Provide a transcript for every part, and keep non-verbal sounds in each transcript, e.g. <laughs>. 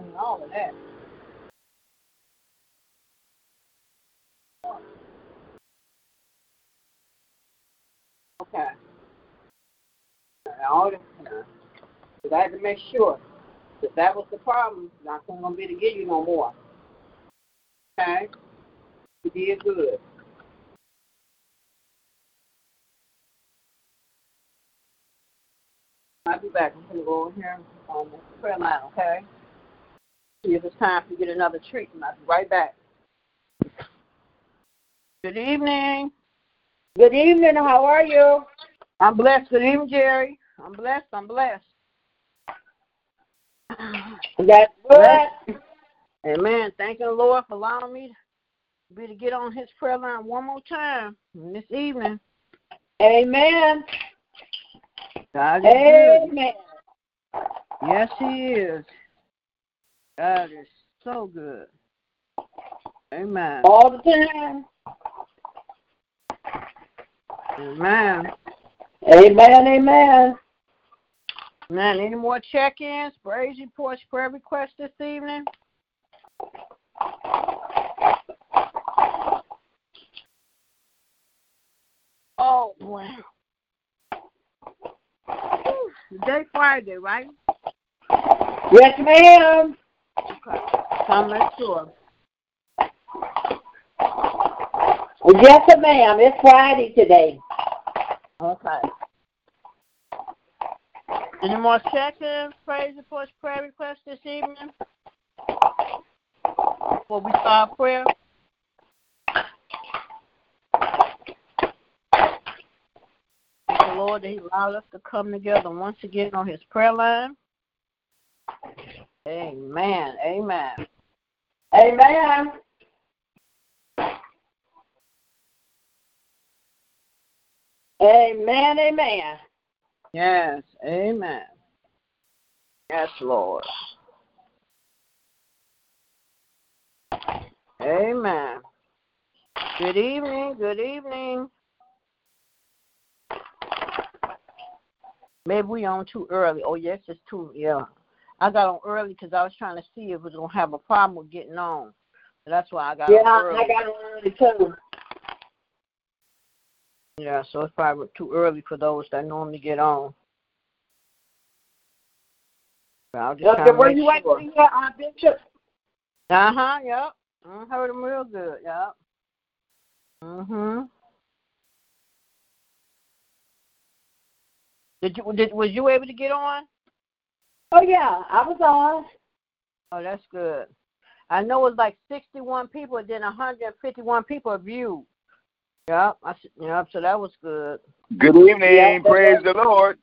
and all of that. Okay. And all this time. Because I had to make sure that that was the problem. Not going to be to give you no more. Okay? You did good. I'll be back. I'm going to go over here um, on the prayer line, okay? See if it's time for you to get another treatment. I'll be right back. Good evening. Good evening. How are you? I'm blessed. Good evening, Jerry. I'm blessed. I'm blessed. That's good. Amen. Thank the Lord for allowing me to be to get on His prayer line one more time this evening. Amen. God is good. Amen. Yes, He is. God is so good. Amen. All the time. Amen. Amen. Amen. Man, any more check-ins, praise reports, prayer requests this evening? Oh wow! Whew, Today Friday, right? Yes, ma'am. Okay. So I'm not sure. Yes, ma'am. It's Friday today. Okay. Any more check-ins, praise reports, prayer requests this evening? Before we start prayer. Thank the Lord that He allowed us to come together once again on His prayer line. Amen. Amen. Amen. Amen. Amen. Yes. Amen. Yes, Lord. Amen. Good evening. Good evening. Maybe we on too early. Oh yes, it's too yeah. I got on early because I was trying to see if we're gonna have a problem with getting on. That's why I got Yeah, on early. I got one early too. Yeah, so it's probably too early for those that normally get on. But I'll just Okay, where you kind at, of make sure. Leah, uh, Bishop? Uh huh. Yep. I heard them real good. Yep. Mhm. Did you did was you able to get on? Oh yeah, I was on. Oh, that's good. I know it's like 61 people, then 151 people viewed. Yep. I s- yep. So that was good. Good evening. Yeah. Praise the Lord.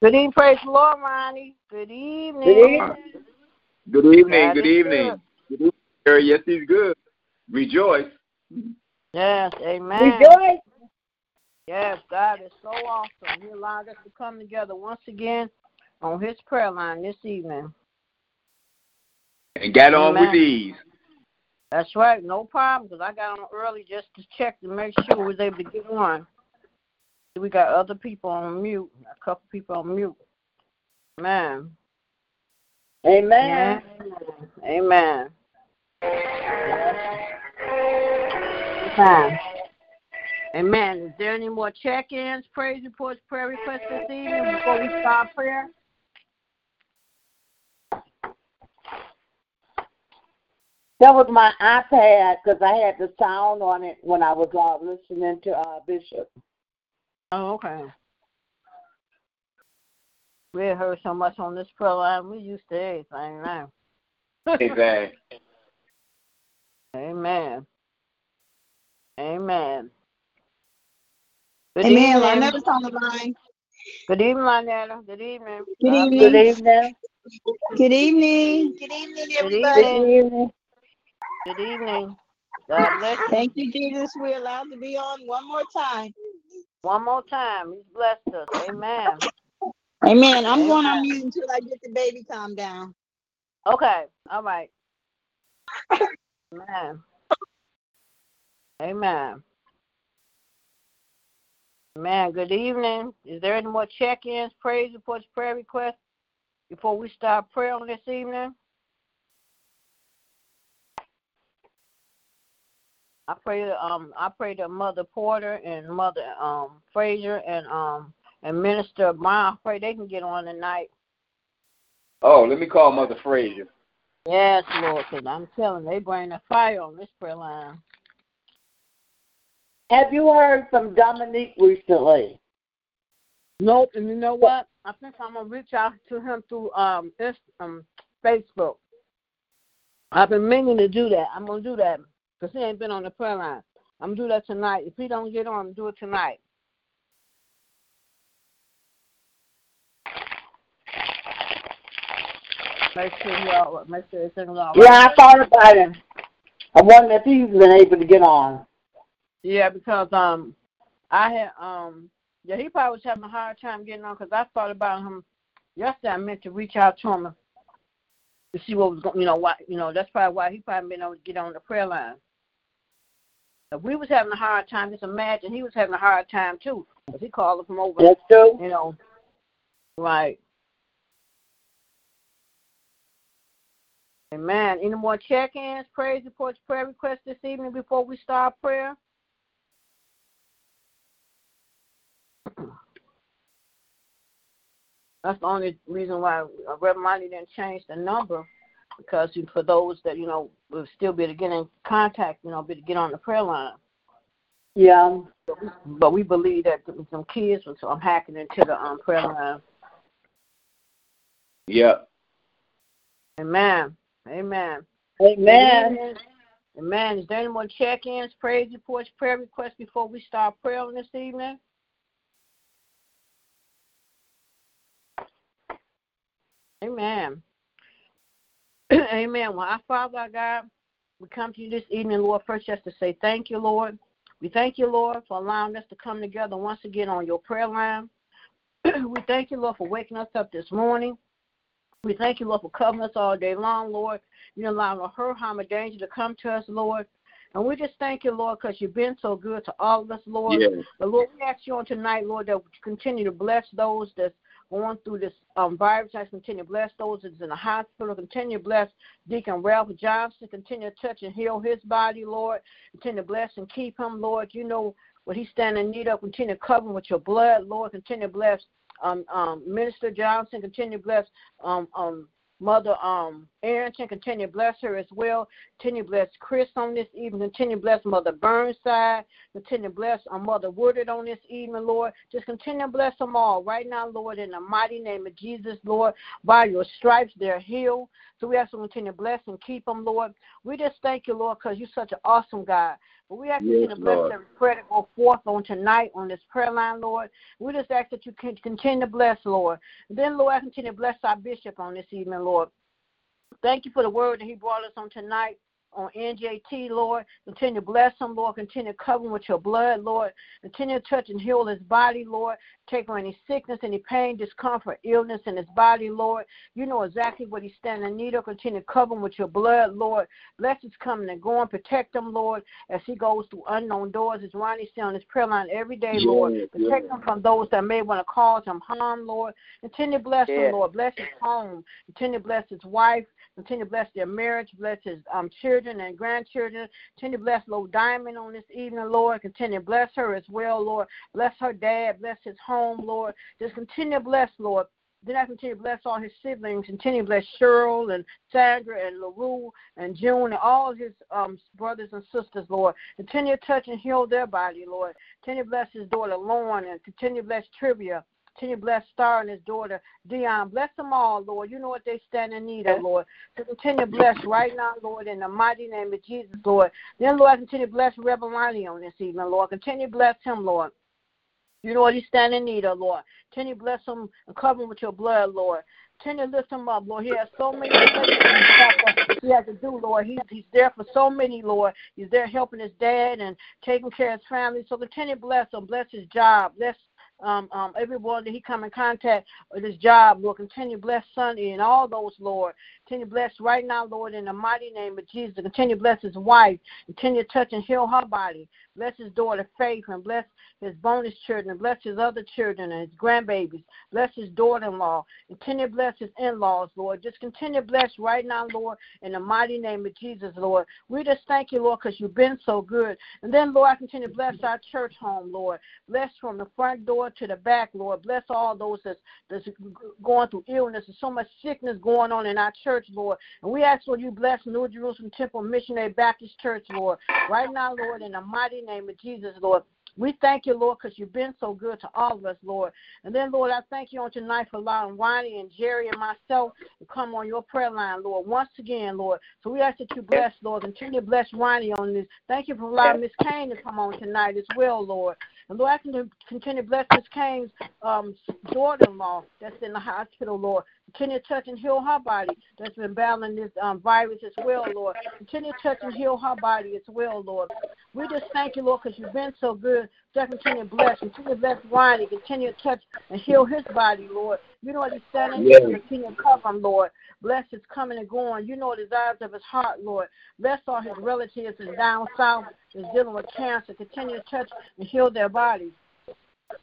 Good evening, praise the Lord, Ronnie. Good evening. Good evening. Good evening. That Good is evening. Good evening. sir. Yes, he's good. Rejoice. Yes, amen. Rejoice. Yes, God is so awesome. He allowed us to come together once again on His prayer line this evening. And got on Amen. with ease. That's right, no problem, because I got on early just to check to make sure we was able to get on. We got other people on mute, a couple people on mute. Amen. Amen. Amen. Amen. Amen. Is there any more check ins, praise reports, prayer requests this evening before we start prayer? That was my iPad because I had the sound on it when I was uh, listening to uh, Bishop. Oh, okay. We had heard so much on this prayer line, we used to everything now. Amen. Amen. Amen. Good Amen. evening. Lynette is on the line. Good evening, Lynetta. Good evening. Uh, Good evening. Good evening. Good evening. Good evening. Good evening. Good evening. God bless you. Thank you, Jesus. We're allowed to be on one more time. One more time. He's blessed us. Amen. Amen. I'm going on mute until I get the baby calmed down. Okay. All right. Amen. Amen. Amen. Good evening. Is there any more check ins, praise reports, prayer requests before we start prayer on this evening? I pray to, um I pray to Mother Porter and Mother um Fraser and um and Minister Brown. I pray they can get on tonight. Oh, let me call Mother Frazier. Yes, Lord, 'cause I'm telling you, they bring the fire on this prayer line. Have you heard from Dominique recently? Nope, and you know what? I think I'm gonna reach out to him through um, Inst- um Facebook. I've been meaning to do that. I'm gonna do that 'cause he ain't been on the prayer line. I'm gonna do that tonight. If he don't get on, do it tonight. Make sure he all, make sure everything's all right. Yeah, I thought about him. I wonder if he's been able to get on. Yeah, because um, I had um, yeah, he probably was having a hard time getting on because I thought about him yesterday. I meant to reach out to him to see what was going, you know, why, you know, that's probably why he probably been able to get on the prayer line. If we was having a hard time, just imagine he was having a hard time too. 'cause he called from over, That's true. you know, right. Amen. Any more check-ins, praise reports, prayer requests this evening before we start prayer? <clears throat> That's the only reason why uh, Reverend Monty didn't change the number because you- for those that, you know, will still be able to get in contact, you know, be to get on the prayer line. Yeah. But we believe that th- some kids was um, hacking into the um, prayer line. Yep. Amen. Amen. Amen. Amen. Is there any more check ins, praise reports, prayer requests before we start prayer on this evening? Amen. <clears throat> Amen. Well, our Father, our God, we come to you this evening, Lord, first just to say thank you, Lord. We thank you, Lord, for allowing us to come together once again on your prayer line. <clears throat> we thank you, Lord, for waking us up this morning. We thank you, Lord, for covering us all day long, Lord. You allowing a hurt, harm, or danger to come to us, Lord. And we just thank you, Lord, because you've been so good to all of us, Lord. Yes. But Lord, we ask you on tonight, Lord, that you continue to bless those that's going through this um, virus. I continue to bless those that's in the hospital. Continue to bless Deacon Ralph Johnson. Continue to touch and heal his body, Lord. Continue to bless and keep him, Lord. You know what he's standing in need of. Continue to cover him with your blood, Lord. Continue to bless um, um, Minister Johnson. Continue to bless um, um, Mother um, Arrington. Continue to bless her as well. Continue to bless Chris on this evening. Continue to bless Mother Burnside. Continue to bless our Mother Woodard on this evening, Lord. Just continue to bless them all right now, Lord, in the mighty name of Jesus, Lord. By your stripes, they're healed. So we ask you to continue to bless and keep them, Lord. We just thank you, Lord, because you're such an awesome God. But we ask you Yes, to bless Lord. every prayer that go forth on tonight on this prayer line, Lord. We just ask that you can continue to bless, Lord. Then, Lord, continue to bless our bishop on this evening, Lord. Thank you for the word that he brought us on tonight on NJT, Lord. Continue to bless him, Lord. Continue to cover him with your blood, Lord. Continue to touch and heal his body, Lord. Take away any sickness, any pain, discomfort, illness in his body, Lord. You know exactly what he's standing in need of. Continue to cover him with your blood, Lord. Bless his coming and going. Protect him, Lord, as he goes through unknown doors, as Ronnie said on his prayer line every day, Yes, Lord. yes. Protect him from those that may want to cause him harm, Lord. Continue to bless him, Lord. Bless his home. Continue to bless his wife. Continue to bless their marriage, bless his um, children and grandchildren. Continue to bless Lord Diamond on this evening, Lord. Continue to bless her as well, Lord. Bless her dad, bless his home, Lord. Just continue to bless, Lord. Then I continue to bless all his siblings. Continue to bless Cheryl and Sandra and LaRue and June and all his um, brothers and sisters, Lord. Continue to touch and heal their body, Lord. Continue to bless his daughter Lauren and continue to bless Trivia. Continue to bless Star and his daughter Dion. Bless them all, Lord. You know what they stand in need of, Lord. So continue to bless right now, Lord, in the mighty name of Jesus, Lord. Then, Lord, continue to bless Revelani on this evening, Lord. Continue to bless him, Lord. You know what he stand in need of, Lord. Can you bless him and cover him with your blood, Lord? Can you lift him up, Lord? He has so many things he has to do, Lord. He, he's there for so many, Lord. He's there helping his dad and taking care of his family. So continue to bless him, bless his job, bless um, um, everyone that he come in contact with his job, Lord. Continue to bless Sonny and all those, Lord. Continue to bless right now, Lord, in the mighty name of Jesus. Continue to bless his wife. Continue to touch and heal her body. Bless his daughter, Faith, and bless his bonus children. Bless his other children and his grandbabies. Bless his daughter-in-law. Continue to bless his in-laws, Lord. Just continue to bless right now, Lord, in the mighty name of Jesus, Lord. We just thank you, Lord, because you've been so good. And then, Lord, I continue to bless our church home, Lord. Bless from the front door to the back, Lord. Bless all those that's, that's going through illness. There's so much sickness going on in our church, Lord. And we ask, Lord, you bless New Jerusalem Temple Missionary Baptist Church, Lord. Right now, Lord, in the mighty name of Jesus, Lord. We thank you, Lord, because you've been so good to all of us, Lord. And then, Lord, I thank you on tonight for allowing Ronnie and Jerry and myself to come on your prayer line, Lord, once again, Lord. So we ask that you bless, Lord. Continue to bless Ronnie on this. Thank you for allowing Miss Kane to come on tonight as well, Lord. And Lord, I can continue to bless Miss Kane's um, daughter in law that's in the hospital, Lord. Continue to touch and heal her body that's been battling this um, virus as well, Lord. Continue to touch and heal her body as well, Lord. We just thank you, Lord, because you've been so good. Just continue to bless. Continue to bless Ronnie. Continue to touch and heal his body, Lord. You know what he's standing yes. in. Continue to cover him, Lord. Bless his coming and going. You know the desires of his heart, Lord. Bless all his relatives and down south is dealing with cancer. Continue to touch and heal their bodies.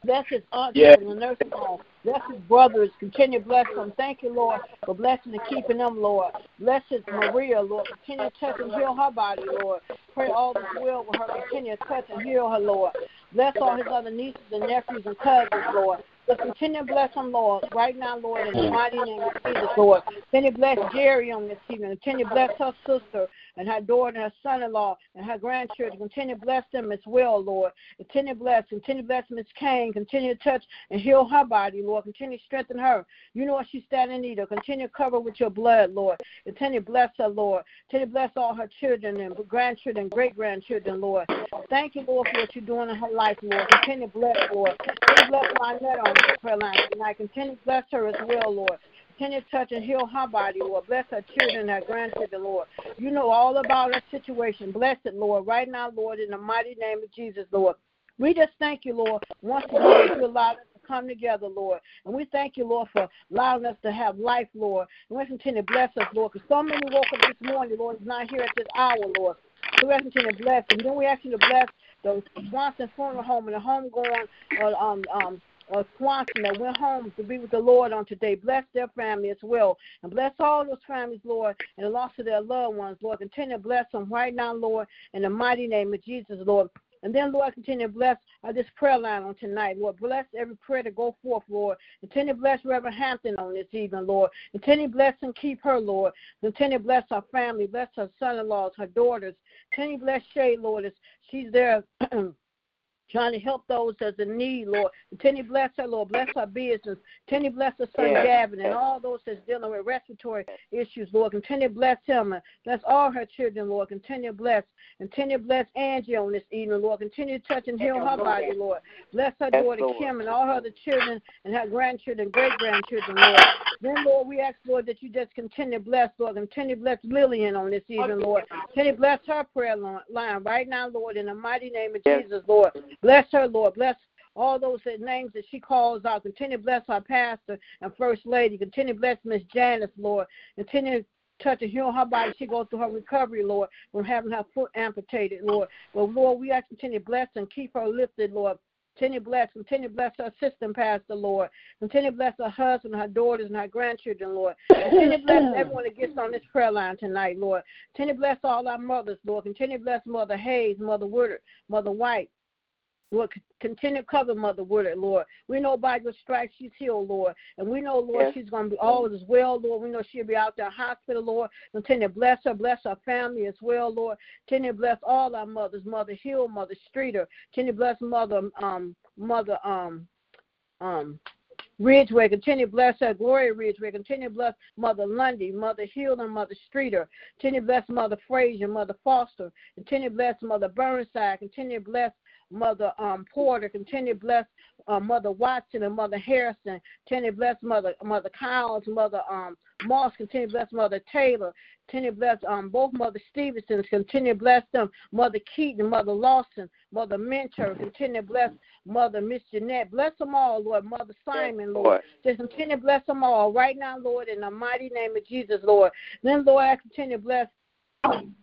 Bless his aunts yeah. and the nursing home. Bless his brothers. Continue to bless them. Thank you, Lord, for blessing and keeping them, Lord. Bless his Maria, Lord. Continue to touch and heal her body, Lord. Pray all is well with her. Continue to touch and heal her, Lord. Bless all his other nieces and nephews and cousins, Lord. But continue to bless him, Lord, right now, Lord, in the mighty name of Jesus, Lord. Continue to bless Jerry on this evening. Continue to bless her sister and her daughter and her son in law and her grandchildren. Continue to bless them as well, Lord. Continue to bless. Continue to bless Miss Kane. Continue to touch and heal her body, Lord. Continue to strengthen her. You know what she's standing in need of. Continue to cover with your blood, Lord. Continue to bless her, Lord. Continue to bless all her children and grandchildren, great grandchildren, Lord. Thank you, Lord, for what you're doing in her life, Lord. Continue to bless, Lord. Continue to bless Lynette on this prayer line tonight. Continue to bless her as well, Lord. Continue to touch and heal her body, Lord. Bless her children, her grandchildren, Lord. You know all about her situation. Bless it, Lord, right now, Lord, in the mighty name of Jesus, Lord. We just thank you, Lord, once again, you allowed us to come together, Lord. And we thank you, Lord, for allowing us to have life, Lord. And we continue to bless us, Lord, because so many woke up this morning, Lord, is not here at this hour, Lord. So we ask you to bless. And then we ask you to bless the Swanson Funeral Home and the homegoing, uh, um, um, or Swanson that went home to be with the Lord on today. Bless their family as well. And bless all those families, Lord, and the loss of their loved ones, Lord. Continue to bless them right now, Lord, in the mighty name of Jesus, Lord. And then, Lord, continue to bless uh, this prayer line on tonight. Lord, bless every prayer to go forth, Lord. Continue to bless Reverend Hampton on this evening, Lord. Continue to bless and keep her, Lord. Continue to bless her family. Bless her son-in-laws, her daughters. Continue to bless Shay, Lord, as she's there. <clears throat> trying to help those that's in need, Lord. Continue to bless her, Lord. Bless her business. Continue to bless her son, yeah. Gavin, and all those that's dealing with respiratory issues, Lord. Continue to bless him. And bless all her children, Lord. Continue to bless. Continue to bless Angie on this evening, Lord. Continue to touch and heal her body, Lord. Bless her daughter, Kim, and all her other children and her grandchildren, great-grandchildren, Lord. Then, Lord, we ask, Lord, that you just continue to bless, Lord. Continue to bless Lillian on this evening, Lord. Continue to bless her prayer line right now, Lord, in the mighty name of yes. Jesus, Lord. Bless her, Lord. Bless all those that names that she calls out. Continue to bless our pastor and first lady. Continue to bless Miss Janice, Lord. Continue to touch and heal her body. She goes through her recovery, Lord, from having her foot amputated, Lord. But Lord, we ask continue to bless and keep her lifted, Lord. Continue to bless, continue to bless her sister, Pastor Lord. Continue to bless her husband, her daughters, and her grandchildren, Lord. Continue to bless everyone that gets on this prayer line tonight, Lord. Continue to bless all our mothers, Lord. Continue to bless Mother Hayes, Mother Woodard, Mother White, Lord, continue to cover Mother Woodard, Lord. We know by your stripes she's healed, Lord. And we know, Lord, yes. she's going to be all as well, Lord. We know she'll be out there hospital, Lord. Continue to bless her, bless her family as well, Lord. Continue to bless all our mothers, Mother Hill, Mother Streeter. Continue to bless Mother, um, Mother, um, um, Ridgeway, continue to bless her. Gloria Ridgeway, continue to bless Mother Lundy, Mother Hill, and Mother Streeter. Continue to bless Mother Frazier, Mother Foster. Continue to bless Mother Burnside. Continue to bless Mother um, Porter. Continue to bless uh, Mother Watson and Mother Harrison. Continue to bless Mother Mother Collins, Mother um, Moss. Continue to bless Mother Taylor. Continue to bless um, both Mother Stevensons. Continue to bless them. Mother Keaton, Mother Lawson, Mother Mentor. Continue to bless Mother Miss Jeanette. Bless them all, Lord. Mother Simon, Lord. Just continue to bless them all right now, Lord, in the mighty name of Jesus, Lord. Then, Lord, I continue to bless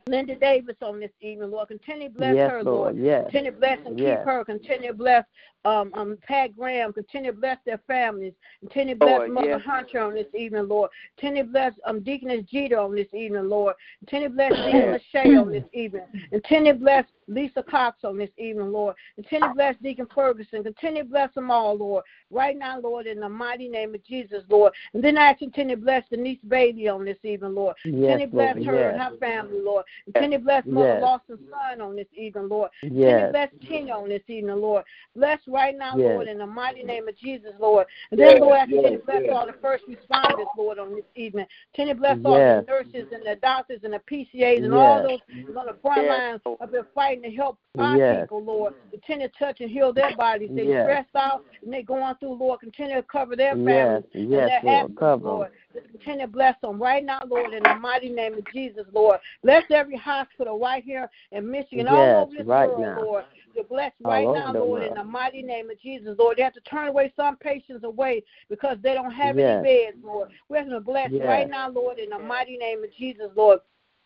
Linda Davis on this evening, Lord. Continue to bless Yes, her, Lord. Lord. Yes. Continue to bless and Yes. keep her. Continue to bless um, um, Pat Graham. Continue to bless their families. Continue to bless Lord, Mother yes. Hunter on this evening, Lord. Continue to bless um, Deaconess Jeter on this evening, Lord. Continue <coughs> to bless Deacon Lachey on this evening. Continue to bless Lisa Cox on this evening, Lord. Continue to bless Deacon Ferguson. Continue to bless them all, Lord. Right now, Lord, in the mighty name of Jesus, Lord. And then I continue to bless Denise Bailey on this evening, Lord. Yes, Continue to bless Lord, her and yes. her family, Lord. Continue to bless Mother Yes. Lawson's son on this evening, Lord. Continue to Yes. bless Tina on this evening, Lord. Bless right now, Yes. Lord, in the mighty name of Jesus, Lord. And then, Yes, Lord, I continue yes, to bless yes. all the first responders, Lord, on this evening. Continue to bless all the Yes. nurses and the doctors and the PCAs and all Yes. those on the front Yes. lines have been fighting to help our Yes. people, Lord. Continue to touch and heal their bodies. They Yes. stressed out and they going through, Lord. Continue to cover their Yes, families and yes, their Lord. absence, Cover 'em. Lord. Just continue to bless them right now, Lord, in the mighty name of Jesus, Lord. Bless every hospital right here in Michigan, Yes, all over this right world, now. Lord. You're blessed All right over now, the Lord, in world. the mighty name of Jesus, Lord. They have to turn away some patients away because they don't have Yes. any beds, Lord. We're going to bless Yes. right now, Lord, in the mighty name of Jesus, Lord.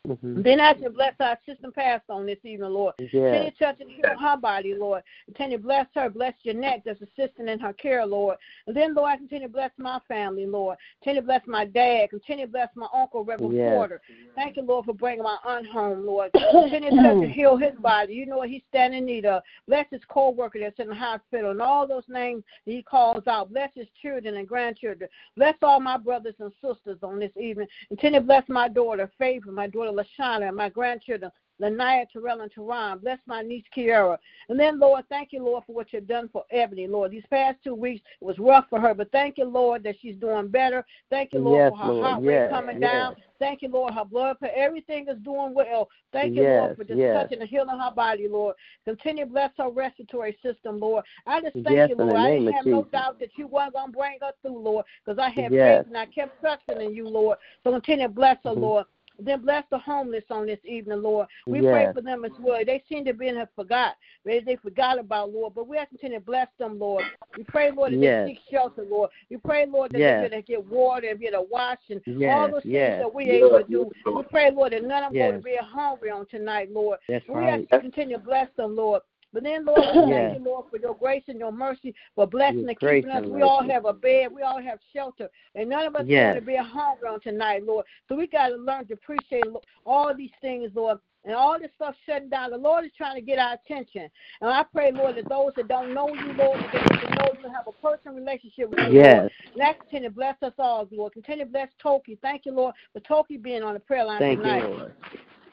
Mhm. Then I can bless our system pastor on this evening, Lord. Continue Yes. to touch and heal her body, Lord. Continue to bless her, bless Jeanette that's assisting in her care, Lord. And then, Lord, I continue to bless my family, Lord. Continue to bless my dad. Continue to bless my uncle, Reverend Yes. Porter. Thank you, Lord, for bringing my aunt home, Lord. Continue to touch and heal his body. You know what he's standing in need of. Bless his co-worker that's in the hospital and all those names that he calls out. Bless his children and grandchildren. Bless all my brothers and sisters on this evening. Continue to bless my daughter, Favor, my daughter, Lashana, and my grandchildren, Lanaya, Terrell, and Teron. Bless my niece, Kiara. And then, Lord, thank you, Lord, for what you've done for Ebony, Lord. These past two weeks, it was rough for her, but thank you, Lord, that she's doing better. Thank you, Lord, Yes, for her Lord. heart rate Yes, coming yes. down. Thank you, Lord, her blood, pressure. everything is doing well. Thank you, Yes, Lord, for just yes. touching and healing her body, Lord. Continue to bless her respiratory system, Lord. I just thank Yes, you, in the Lord. I name didn't of have no Jesus. doubt that you weren't going to bring her through, Lord, because I had Yes. Mm-hmm. faith and I kept trusting in you, Lord. So continue to bless her, Lord. Then bless the homeless on this evening, Lord. We pray Yes. for them as well. They seem to be in have forgot. They, they forgot about Lord, but we ask you to continue to bless them, Lord. We pray, Lord, that Yes. they seek shelter, Lord. We pray, Lord, that Yes. they get, get water and get a wash and all Yes, those yes. things that we able to do. Yes. We pray, Lord, that none of them Yes. will be hungry on tonight, Lord. That's we ask right. you to continue to bless them, Lord. But then, Lord, <laughs> we Yes. thank you, Lord, for your grace and your mercy, for blessing Your and grace keeping us. and We all mercy. have a bed, we all have shelter, and none of us Yes. want to be hungry on tonight, Lord. So we got to learn to appreciate lo- all these things, Lord. And all this stuff shutting down, the Lord is trying to get our attention. And I pray, Lord, that those that don't know you, Lord, that they get to know you and have a personal relationship with you. Lord. Yes. And I continue to bless us all, Lord. Continue to bless Toki. Thank you, Lord, for Toki being on the prayer line Thank tonight. you, Lord.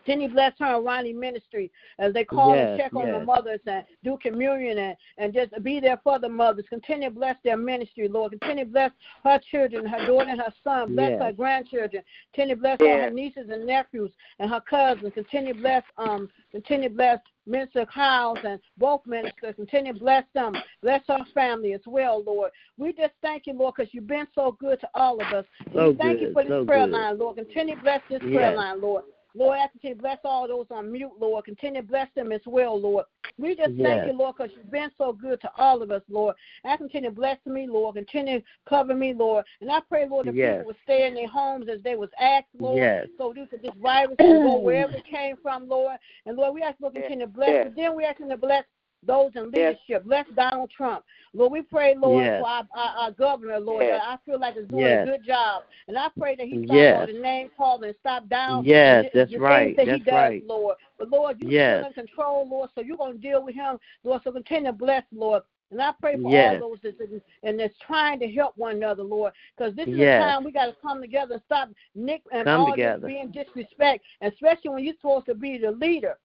Continue to bless her and Ronnie Ministry as they call and Yes, check on the yes. mothers and do communion and, and just be there for the mothers. Continue to bless their ministry, Lord. Continue to bless her children, her daughter and her son. Bless Yes. her grandchildren. Continue to bless all her nieces and nephews and her cousins. Continue to bless um continue to bless Minister Kyles and both ministers. Continue to bless them. Bless her family as well, Lord. We just thank you, Lord, because you've been so good to all of us. So we thank you good, for this so prayer good. line, Lord. Continue to bless this prayer Yes. line, Lord. Lord, I continue to bless all those on mute, Lord. Continue to bless them as well, Lord. We just thank Yes. you, Lord, because you've been so good to all of us, Lord. I continue to bless me, Lord. Continue to cover me, Lord. And I pray, Lord, that Yes. people would stay in their homes as they was asked, Lord. Yes. So this, this virus can go wherever <clears throat> it came from, Lord. And Lord, we ask you to continue to bless. Yes. But then we ask you to bless those in leadership. Bless Donald Trump. Lord, we pray, Lord, Yes. for our, our, our governor, Lord, Yes. that I feel like is doing Yes. a good job. And I pray that he stop Yes. all the name calling and stop down. Yes, the- that's the things right, That he that's does, right. Lord. But Lord, you're Yes. still in control, Lord, so you're going to deal with him, Lord. So continue to bless, Lord. And I pray for Yes. all those that's in, and that's trying to help one another, Lord, because this is Yes. a time we got to come together and stop Nick and Come all together. this being disrespect, especially when you're supposed to be the leader.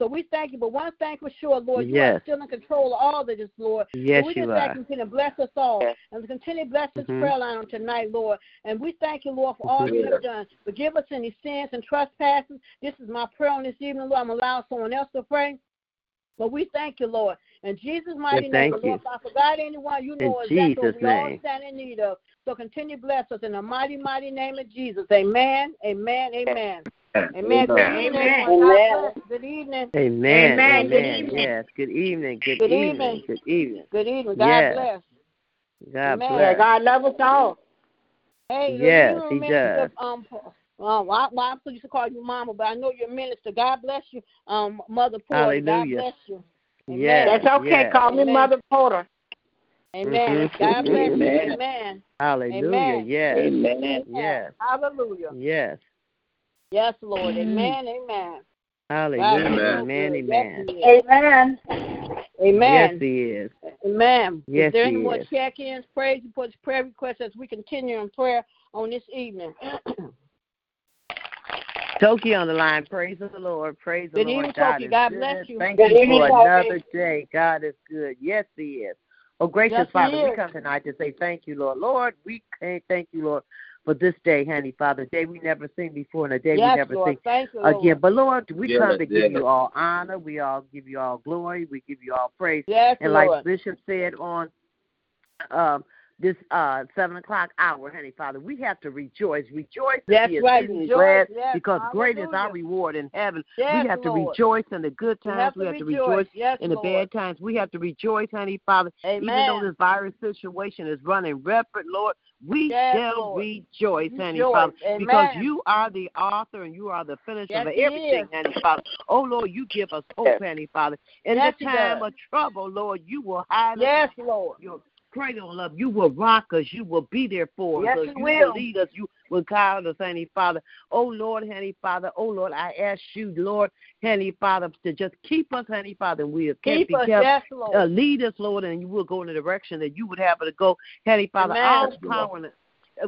So we thank you, but one thing for sure, Lord, you are Yes. still in control of all of this, Lord. Yes, so we you just are. ask you to continue to bless us all and continue to bless this Mhm. prayer line on tonight, Lord. And we thank you, Lord, for all Mhm. you have done. Forgive us any sins and trespasses. This is my prayer on this evening, Lord. I'm allowing someone else to pray. But we thank you, Lord. In Jesus' mighty name, Yes, Lord, thank you. if I forgot anyone, you know exactly Jesus' what we all name. stand in need of. So continue to bless us in the mighty, mighty name of Jesus. Amen, amen, amen. Amen. Good evening. everyone. God bless. Good evening. Amen. Amen. Good Amen. evening. Yes. Good evening. Good, Good evening. evening. Good evening. Good evening. God Yes. bless. God Amen. bless. God love us all. Hey, look, Yes, you he remember does. the, um, P- um, well, I, well, I'm supposed to call you mama, but I know you're a minister. God bless you, um, Mother Porter. God Hallelujah. bless you. Amen. Yes. That's okay. Yes. Call me Amen. Mother Porter. Amen. Mhm. God bless Amen. you. Amen. Hallelujah. Amen. Yes. Amen. Yes. Hallelujah. Yes. Yes, Lord. Amen. Amen. God Hallelujah. is Amen. so good. Mm-hmm. Amen. Yes, Amen. he is. Amen. Amen. Yes, he is. Amen. Yes, is there he any more is. check ins, praise reports, prayer requests as we continue in prayer on this evening? Toki on the line. Praise the Lord. Praise the Good Lord. evening, God Toki. is God good. bless you. Thank Good you evening, for Toki. another day. God is good. Yes, He is. Oh, gracious Yes, He Father, we is. come tonight to say thank you, Lord. Lord, we can't thank you, Lord, for this day, honey, Father, a day we never seen before and a Uh, day we yes, never Lord. seen Thank you, Lord. again. But Lord, we Yes, come to give yes. you all honor. We all give you all glory. We give you all praise. Yes, And like Lord. Bishop said on um, this uh, seven o'clock hour, honey, Father, we have to rejoice. Rejoice and That's be right, exceedingly rejoice, glad yes, because great is our hallelujah. reward in heaven. Yes, we have to Lord. rejoice in the good We times. have to we have rejoice. to rejoice Yes, in the Lord. bad times. We have to rejoice, honey, Father. Even Amen. though this virus situation is running rampant, Lord, we Yes, shall Lord. rejoice, honey, Rejoice. Father, because Amen. you are the author and you are the finisher Yes, of He everything, is. honey, Father. Oh, Lord, you give us hope, honey, Father. In Yes, the He does. time of trouble, Lord, you will hide us Yes, Lord. your cradle love. You will rock us. You will be there for Yes, us. you You will. lead us. You will guide us, Honey Father. Oh, Lord, Honey Father. Oh, Lord, I ask you, Lord, Honey Father, to just keep us, Honey Father. and We can't Keep be us. kept. Yes, Uh, Lord. lead us, Lord, and you will go in the direction that you would have us to go. Honey Father, Amen. all Yes, Lord. power. and- uh,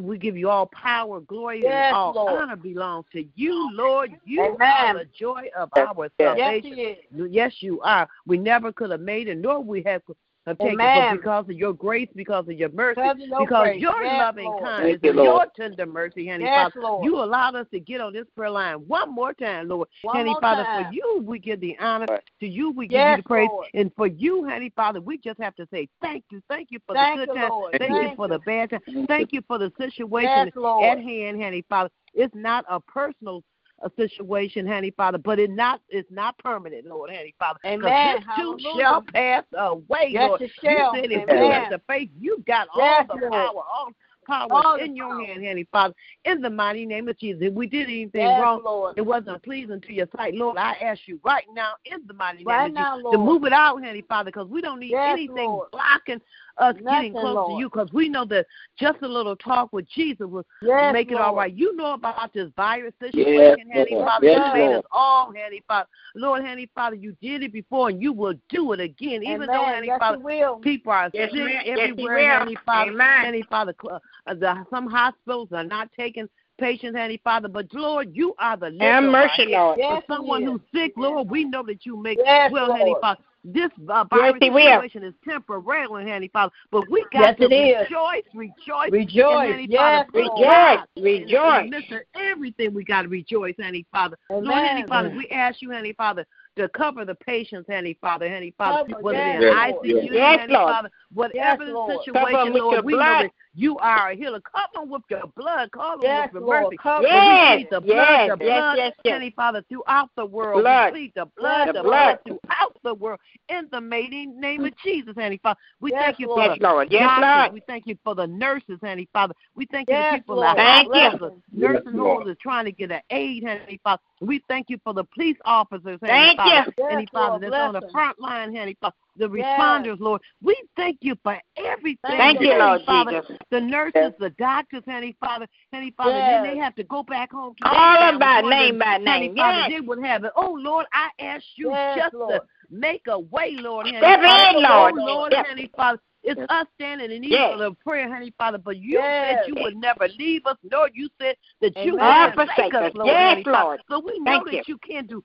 We give you all power, glory, Yes, and all Lord. honor belongs to you, Lord. You Amen. are the joy of our Yes, salvation. He is. Yes, you are. We never could have made it, nor we have have taken, Amen. but because of your grace, because of your mercy, Because of your because grace. your Yes, loving Lord. kindness, Thank you, and your Lord. tender mercy, Honey Yes, Father, Lord. you allowed us to get on this prayer line one more time, Lord. One Honey more Father, time. for you we give the honor, to you we give Yes, you the praise, Lord. and for you, Honey Father, we just have to say thank you, thank you for Thank the you, good time, Lord. thank you Thank for you. the bad time, thank you for the situation Yes, Lord. at hand, Honey Father. It's not a personal a situation, honey, Father, but it not it's not permanent, Lord, honey, Father. 'Cause Amen. This too Hallelujah. shall pass away, Yes, Lord. it shall. You said if Amen. you have the faith, you got Yes, all the Lord. power, all power All the in your power. hand, honey, Father. In the mighty name of Jesus, if we did anything Yes, wrong, Lord. it wasn't pleasing to your sight, Lord. I ask you right now, in the mighty name Right of now, Jesus, Lord. to move it out, honey, Father, because we don't need Yes, anything Lord. blocking us Nothing, getting close to Lord. you, because we know that just a little talk with Jesus will Yes, make it Lord. all right. You know about this virus Yes, situation, Handy Lord. Father. Yes, You made Lord. us all, Handy Father. Lord, Handy Father, you did it before and you will do it again. Even Amen. though, Handy yes, Father, He will. people are Yes, sick ma'am. Yes, he everywhere, will. Handy Father. Amen. Handy Father, cl- uh, the, some hospitals are not taking patients, Handy Father. But, Lord, you are the lifter Have of our mercy, head. Lord. Yes, For He someone is. who's sick, Lord, we know that you make Yes, well, Lord. Handy Father. This uh, Yes, virus he will. situation is temporary, Handy Father. But we Yes, got to it is. rejoice, rejoice, and Rejoice. honey, Yes, Father, Lord. Rejoice. praise God. In the Rejoice. midst of everything, we got to rejoice, honey, Father. Lord, honey, Amen. Father, we ask you, honey, Father, to cover the patients, honey, Father, honey, Father, Cover, whether yes, they're Lord. in ICU, Yes, honey, Lord. Father, whatever Yes, the Lord. situation, Cover 'em with Lord, your we know blood. that you are a healer. Cover 'em with your blood. Cover 'em Yes, with your Lord. mercy. Cover. And we Yes, plead the blood, yes, the yes, blood, yes, yes. honey, Father, throughout the world. blood. We plead the blood, Yes, the Lord. blood throughout the world. In the mighty name of Jesus, honey, Father, we Yes, thank you for Lord. the Yes, Lord. Yes, doctors. Lord. We thank you for the nurses, honey, Father. We thank you for Yes, the people Lord. in Thank you. hospitals, the Yes, nursing Lord. homes that's trying to get an aid, honey, Father. We thank you for the police officers, honey, Thank Father. you. Yes, Honey, Father, Lord. that's Bless on the them. front line, honey, Father. The Yes. responders, Lord. We thank you for everything, Thank Thank you, you. honey, Lord Father. Jesus. The nurses, the doctors, honey, Father, honey, Father. And then Yes. they have to go back home to their All families, about Lord, name and, by Honey, name. Father, Yes. they would have it. Oh, Lord, I ask you Yes, just Lord. to make a way, Lord, honey, Step Father. in, Oh Lord. Lord, Step. honey, Father, it's us standing in need Yes. of the prayer, honey, Father. But you Yes. said you would never leave us, nor you said that you would Amen. not forsake us, Lord, Yes, honey, Father. Lord. So we know Thank that you. you can do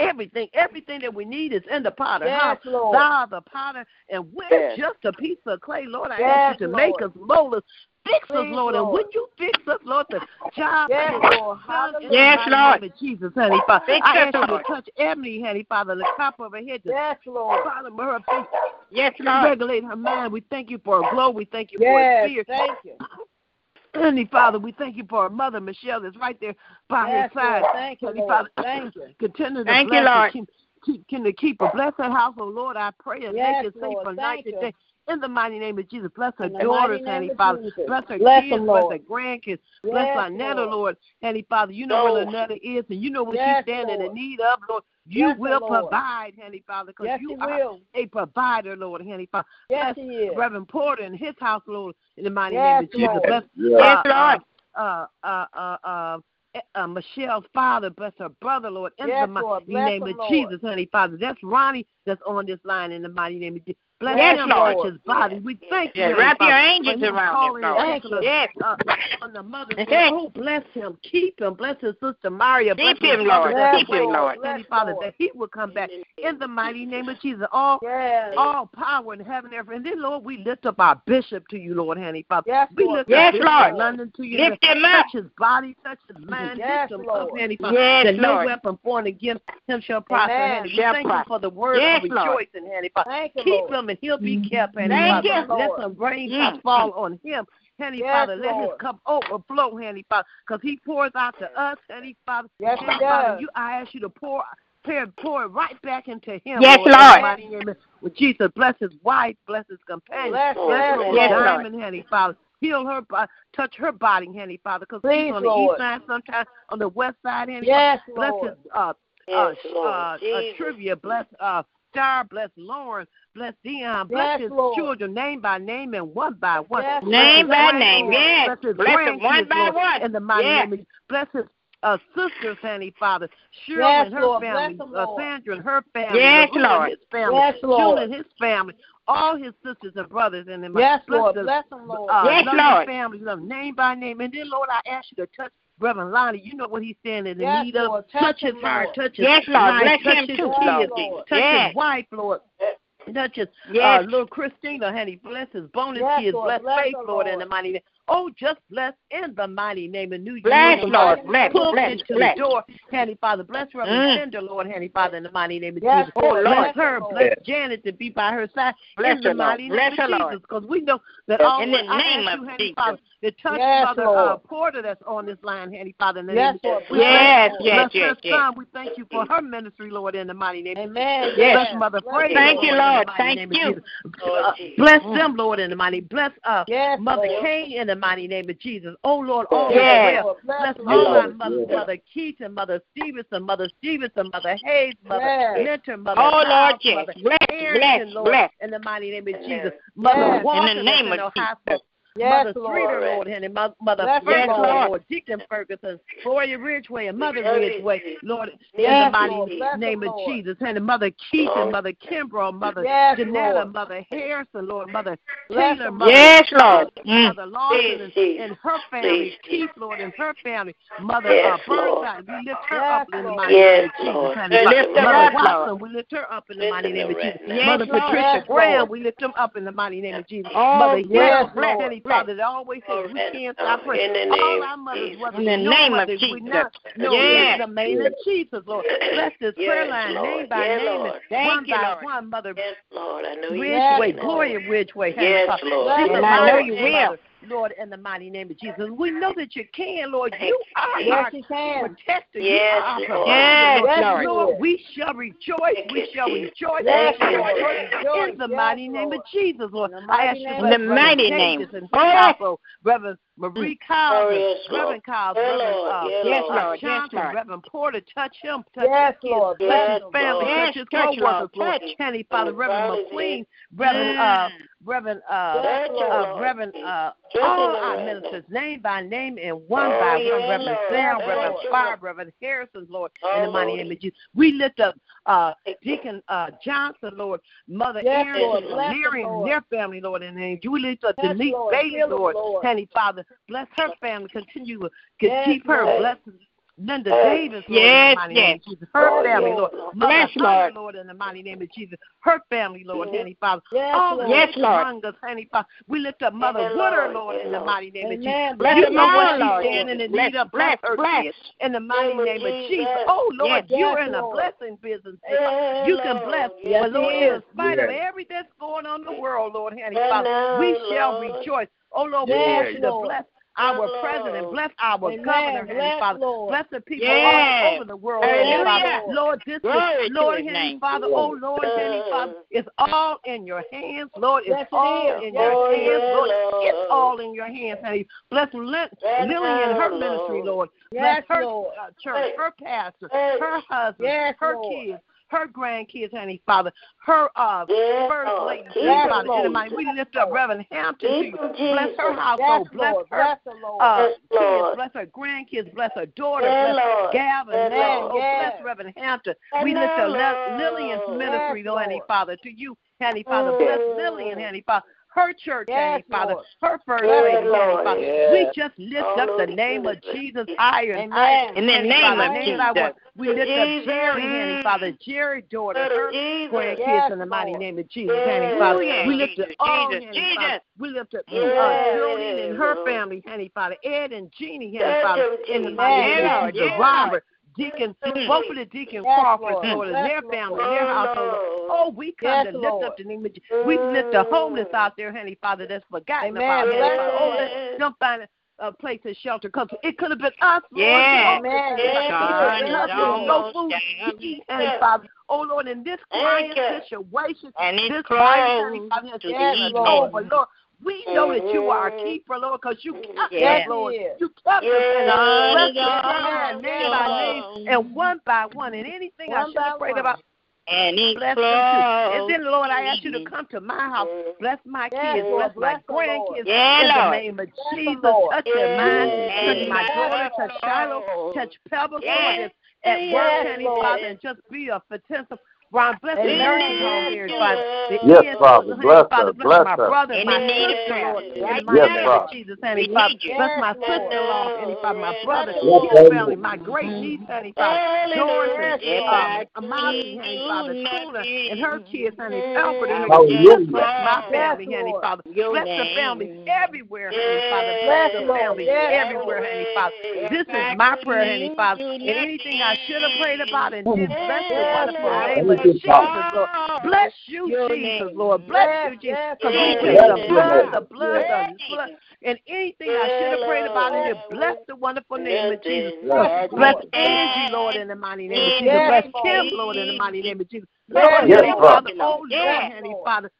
everything. Everything that we need is in the potter. Yes, house. Lord. Thou art the potter, and we're just a piece of clay, Lord. I Yes, ask you to Lord. make us, mold us, fix us, Please, Lord. And Lord. when you fix us, Lord, Lord, the job. Yes, Lord. Hallelujah. Yes, Lord. Jesus, honey, Father. Fix I us, ask you Lord. to touch Emily, honey, Father, the top of her head, the Yes, Lord. bottom of her face, Yes, regulate her mind. We thank you for her glow. We thank you for her Yes, spirit. thank you. Honey, Father, we thank you for her mother, Michelle, that's right there by Yes, her side. Lord. Thank you, Honey, Lord. Father. Thank <laughs> you. <clears throat> Continue to Thank bless you, Lord. her. Keep, keep, can the keeper bless her household, Lord? I pray and Yes, make it safe Lord. for night Thank you. and day. In the mighty name of Jesus, bless her In the daughters, mighty name Honey of Father. Jesus. Bless her Bless kids, them, bless Lord. her grandkids, Yes, bless our Netta, Lord. Lord. Honey Father, you know where Lord. Netta is, and you know what Yes, she's standing Lord. in need of, Lord. You Yes, will Lord. provide, Honey Father, because Yes, you he are will. a provider, Lord, Honey Father. Yes, Bless he is. Reverend Porter and his house, Lord, in the mighty Yes, name of Jesus. Lord. Bless Yes. Yes, uh, Lord. Uh, uh, uh, uh, uh, uh, Michelle's father, bless her brother, Lord, in Yes, the mighty Lord. Bless name him, of Lord. Jesus, honey, Father. That's Ronnie that's on this line in the mighty name of Jesus. Bless Yes, him, Lord. touch his body. We thank you. Yes, honey, wrap Father, your angels for his around him, calling and Lord. excellence, Yes. Uh, on the mother. Yes. Oh, bless him, keep him, bless his sister Maria, bless Keep his him, brother, Lord. bless his Keep him, wife, Lord. honey, Bless Father, Lord. that he will come back in the mighty name of Jesus. All Yes. all power in heaven and earth. And then, Lord, we lift up our bishop to you, Lord, honey, Father. Yes, we Lord. lift Yes, up Bishop Lord. London to you. Lift him touch up. his body, touch his mind, Yes, lift him up, Lord. honey, Father. Yes, that no Lord. weapon formed against him shall prosper, Amen. honey. We Shall thank you prosper. for the word Yes, of Lord. rejoicing, honey, Father. Thank you, Keep Lord. Mm-hmm. him and he'll be kept, honey, Thank Father. you, Let Lord. some rain Mm. fall on him, honey, Yes, Father. Let his Lord. cup overflow, honey, Father, because he pours out to us, honey, Father. Yes, he Honey, Father, does. you, I ask you to pour pour, pour it right back into him. Yes, in the Lord. mighty name of- Well, Jesus, bless his wife, bless his companion, Bless, bless, her bless, Lord. diamond, honey, Father. Heal her, bo- touch her body, honey, Father, because Please, she's on the Lord. east side sometimes, on the west side, honey. Yes, Bless Lord. his uh, uh, Yes, Lord. uh, uh, Jesus. trivia, bless uh, Star, bless Lauren, bless Dion, bless Yes, his Lord. children name by name and one by one. Yes, Bless Name his by grandkids, name, yes. Bless his Bless them one grandkids, by Lord, one. In the mighty Yes. name of Bless his uh, sisters, honey, Father. Cheryl Yes, and her Lord. family, Bless 'em, uh, Lord. Sandra and her family, Yes, Lorena Lord. and his family, Yes, Lord. June and his family, all his sisters and brothers in the Yes, bless Lord. the, Bless him, Lord. uh, yes, love Lord. the family, love name by name. And then, Lord, I ask you to touch Reverend Lonnie. You know what he's standing in Yes, need Lord. of. Touch his him, heart, Lord. touch his Yes, Lord. life, Bless touch him his too, kids, Lord. touch Yes. his wife, Lord. Touch his Yes. uh, little Christina, honey. Bless his bonus Yes, kids. Lord. Bless, Bless faith, her, Lord, in Lord. the mighty name. Oh, just bless in the mighty name of New Bless, Jerusalem. Lord. Father. Bless, Pull bless, into bless. the door, honey, Father. Bless Mm. Reverend Cinder, Lord, honey, Father, in the mighty name of Yes, Jesus. Lord. Bless Bless her. him, Lord. Bless Janet to be by her side Bless in her, the Lord. mighty Bless name her, of Lord. Jesus, because we know that all In the I name ask of you, honey, Jesus. Father, to touch Yes, Mother Lord. uh, Porter that's on this line, honey, Father, in the Yes, name of Lord. Jesus. We Yes, bless, yes, bless yes, her yes. son. We thank you for her ministry, Lord, in the mighty name Amen. Bless Yes. Mother Bless Brady, him, Lord, in the mighty Thank name of you. Jesus. Uh, bless them, Lord, in the mighty. Bless uh, Yes, Mother Lord. Kane in the mighty name of Jesus. Oh, Lord, all Yes, is well. Lord. Bless Bless him, all Lord. our mothers, Mother Keaton, Mother Stevenson, Mother Stevenson, Mother Hayes, Mother Yes. Mentor, Mother Oh, Lord, Miles, yes. Mother Bless, Harrington, bless, Lord, bless. in the mighty name of Jesus. Mother Yes. Walker Mm. In the that's name in of Ohio, Jesus. Yes, Mother Lord. Streeter, Lord, and Mother, Mother Bless her, Ferguson, Lord. Lord. Deacon Ferguson, Gloria Ridgeway, and Mother Yes. Ridgeway, Lord, in Yes, the mighty Lord. Bless name her, of Lord. Jesus, and Mother Keaton, Mother Kimbrough, Mother Yes, Janetta, Lord. Mother Harrison, Lord, Mother Bless Taylor, her, Mother, Yes, Lord. Mm. Mother Lawson and, and her family, Keith, Lord, and her family, Mother Yes, uh, Burnside, we lift her Yes, up in the Lord. mighty name of Jesus, honey. Lift Mother, her Mother up, Watson, Lord. we lift her up in the mighty name of Jesus. Yes, Mother Lord. Patricia Yes, Graham, Lord. we lift them up in the mighty name of Jesus. Oh, Mother Hill, yes, bless Lord. any father that always says we can't stop praying. All our mothers, whether In the we know name them, of whether we Jesus. not know them, Yes. in the name of Jesus, Lord. Bless this prayer line, name by name, and Thank one you, by Lord. one, Mother Lord, I know you. Yes, Ridgeway, Lord. Gloria Ridgeway, Yes, Heavenly Father. Lord. She's And a I know mighty you will. mother, Lord, in the mighty name of Jesus. We know that you can, Lord. You are Yes, our you can. protector. You Ah, Yes, are our Lord. provider, Yes, Lord. Lord. Lord, we shall rejoice. We shall rejoice. Yes, We shall Lord. rejoice. Rejoice. In the Yes, mighty name Lord. of Jesus, Lord. In the I mighty ask you name to of bless Jesus. Reverend Davis and his household, Reverend Marie Kyles, and Oh, Yes, Lord. Reverend Kyles, Reverend uh, Yes, uh, Lord. Yes, Johnson, Lord. Reverend Porter. Touch him, touch Yes, his kids, Lord. touch Bless his Yes, him, family, Lord. Lord. touch Yes, his Touch, Lord. co-workers, Lord. Touch. Henny, Father, Oh, Reverend Father, McQueen, Lord. Reverend uh, Mm. Reverend uh, Yes, Touch, uh, Lord. Lord. Reverend, uh, Strengthen all them our right now. ministers, name by name and one by Oh, one, yeah, Reverend Lord. Yes, Sam, Thank Reverend Lord. you, Lord. Barb, Reverend Harrison, Lord, in the Oh, mighty Lord. name of Jesus. We lift up uh, Thank you. Deacon uh, Johnson, Lord, Mother Yes, Aaron, Lord. and Bless him, Mary and Lord. their family, Lord, in the name. You lift up Yes, Denise Lord. Bailey, Fill him, Lord, Lord. Honey Father, bless her family, continue to Yes, keep her, Lord. bless Linda Davis, Lord, yes, in the mighty yes. name of Jesus. Her Oh, family, yes, Lord. Lord. Mother Yes, Hunter, Lord. Lord, in the mighty name of Jesus. Her family, Lord, Yes. Heavenly Father. Yes, All Lord. the Yes, Lord. Hungers, Heavenly Father. We lift up Mother Yes, Woodard, Lord. Lord, Yes, in the Lord. mighty name of Amen. Jesus. Bless you her, know what Lord. she's standing in Bless, need of. Bless her, bless, kids. In the mighty Name of name of Jesus. Jesus. Oh, Lord, Yes, you're yes, in Lord. a blessing business. Yes, You can bless. Lord. Yes, but, Lord, yes. in spite of Yes. everything that's going on in the world, Lord, Heavenly Yes, Father, we Lord. shall rejoice. Oh, Lord, we Yes, ask you to Lord. bless our Yes, president, Lord. bless our Amen. governor, Heavenly Bless, Father. Lord. Bless the people all Yes. over the world, Heavenly Hallelujah. Father. Lord, this Glory is, to Lord, his Heavenly name. Uh. Father, oh, Lord, Heavenly Father, it's all in your hands, Lord. It's Yes, it all is. in Yes, your it hands, is, Lord. Lord. It's all in your hands, Heavenly. Bless Lil- Yes, Lily and her Lord. ministry, Lord. Yes, Bless her Lord. uh, church, her pastor, Yes. her husband, Yes, her Lord. kids, her grandkids, Heavenly Father, her uh, Yes, first Lord. lady, Keep Heavenly them, Father, in the Lord. mighty, we lift up Reverend Hampton to you. Keep them, Bless her Jesus. household, Yes, bless Lord. her Bless the Lord. uh, Yes, kids, Lord. bless her grandkids, bless her daughter, Yes, bless Lord. Gavin, Yes, Lord. Lord. Oh, bless Yes. Reverend Hampton. Yes, We lift up Lord. Le- Lillian's ministry, Yes, Lord, Heavenly Lord. Father, to you, Heavenly Father. Bless Lillian, Heavenly Father. Her church, Yes, Heavenly Father, Lord. her first Yes, lady, Heavenly Lord. Father. Yes. We just lift All up the those name of things. Jesus higher and Amen. higher. In the Heavenly name Father, of names I want. Jesus. We lift up Jesus. Jerry, Heavenly Father, Jerry daughter, her Jesus. grandkids Yes, in the mighty Lord. name of Jesus, Yes. Heavenly Father. Hallelujah. We lift up Jesus, all Jesus, Heavenly Father. Jesus. We lift up Yes, uh, Jillian and her Lord. family, Heavenly Father, Ed and Jeannie, Heavenly Yes, Father, Lord, in the Jesus. mighty Yes, name of Lord. Jesus, Yes. Robert, Deacon, Mm. both of the Deacon Yes, Crawfords, Lord. Lord, and Yes, their Lord. families, their household. Lord. Oh, Lord. Oh, we come Yes, to lift Lord. up the name of Jesus. We lift the homeless Mm. out there, Heavenly Father, that's forgotten Amen. about, Heavenly Father. Oh, Yes. let them find a uh, place to shelter because it could have been us, Lord. Yes. the homeless, Yes, Heavenly Father. It could have been Lord. us with no food to eat, Heavenly Father. Oh, Lord, in this Thank quiet you. situation, And it's this quiet Heavenly closed Father has to given the us evening. over, Lord. We know that you are a Mhm. keeper, Lord, because you kept Yes. us, Lord. You kept us and Yes. blessed us, Lord, name by name and one by one. And anything I One should by have prayed one. about, And it's bless them too. And closed. then, Lord, I ask you to come to my house. Bless my Yes, kids, Lord. bless my Bless them, Lord. grandkids. Yeah, in the Lord. name of Bless them, Jesus, Lord. touch their minds, touch Yes. my daughter, touch Yes, Shiloh, Lord. touch Pebbles, Lord, Yes. that's at work, Yes, Heavenly Lord. Father, and just be a potential. Ron, bless the Amen. nursing home here, Father. The Yes, kids, Father. Heavenly Bless Father, her. bless Bless my her. brother, In my the name of sister, Lord, in the Jesus. Right mighty name of Yes, now. Father. Jesus, We Heavenly Father. need you. Bless my Yes, sister-in-law, Lord. Heavenly Father, my Bless brother, the Yes, his Lord. Mm-hmm. David. family, my great niece, Heaveney Father, Doris and Hallelujah. If uh, I Amali, could Heaveney Father, do Tuna and her kids, Heaveney, Alfred and nothing, I her would kids. just Hallelujah. Bless my call family, Heaveney Father. your Bless the families name. everywhere, Heaveney Father. Bless Yes, the Lord. families Yes, everywhere, Lord. Heaveney Father. If This is I my prayer, Heaveney couldn't Father. do And anything I should have prayed about nothing, and did, bless the yes, wonderful I name Thank of you, Father. would Jesus, Lord. call Bless you, your Jesus, name. Lord. Bless Yes, you, Jesus. yes, Because you yes, said Bless the your blood, name. the blood, the blood, yes. and anything I should have prayed about and did, bless Hello. the wonderful name of Jesus. Bless Lord, your Yes, bless name. Lord. Angie, Lord, Yes, in the mighty name of yes, Jesus. Bless Kim, Lord, in the mighty Jesus. name of Jesus. Yes, Lord, Yes, Heavenly Lord. Father. Father, oh Lord, Yes, Heavenly Lord. Father,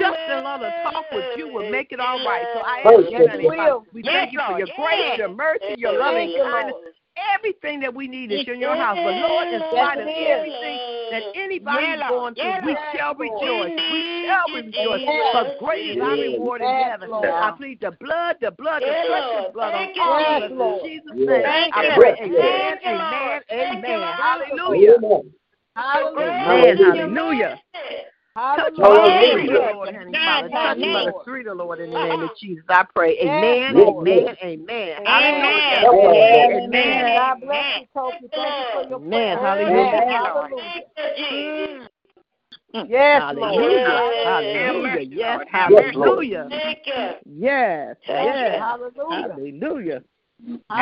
just and let us talk with you will make it all right. So I ask Praise you, your Heavenly name. Father, Will. we Yes, thank you for Lord. your grace, Yes. your mercy, your loving Thank you, kindness, Lord. everything that we need is Yes, in your house. But Lord, in Lord. spite of everything that anybody's Yes, Lord. going through, Yes, we shall Lord. rejoice. We shall We need rejoice. you, Because Jesus. great is our reward in Yes, heaven. I Lord. plead the blood, the blood, the Yes, precious Lord. blood on Thank you, all of Jesus. us. In Jesus' name, Thank I you. pray, Bless your name. amen, Thank you, amen, Lord. Thank you, amen. Lord. Hallelujah. Amen. Great Amen. is your Hallelujah. Hallelujah. mercy. Touch Mother Great Hallelujah. Three, is Lord, your Heavenly Father. Touch Mother name. Three, Lord, in the name of Jesus. I pray. Yes, Amen, Yes, Lord. Lord. amen, amen. Hallelujah. Amen. Bless her, Amen. Lord. Amen. Amen. God bless you, Kofi. Thank you for your Amen. prayer. Hallelujah. Amen. Lord. Thank you, Jesus. Yes, Lord. Mm. Hallelujah. Have Hallelujah. mercy, Yes. Lord. Have Yes, Lord. mercy. Hallelujah. Thank you. Yes. Thank you. Yes. Hallelujah. Hallelujah. Yes. Hallelujah.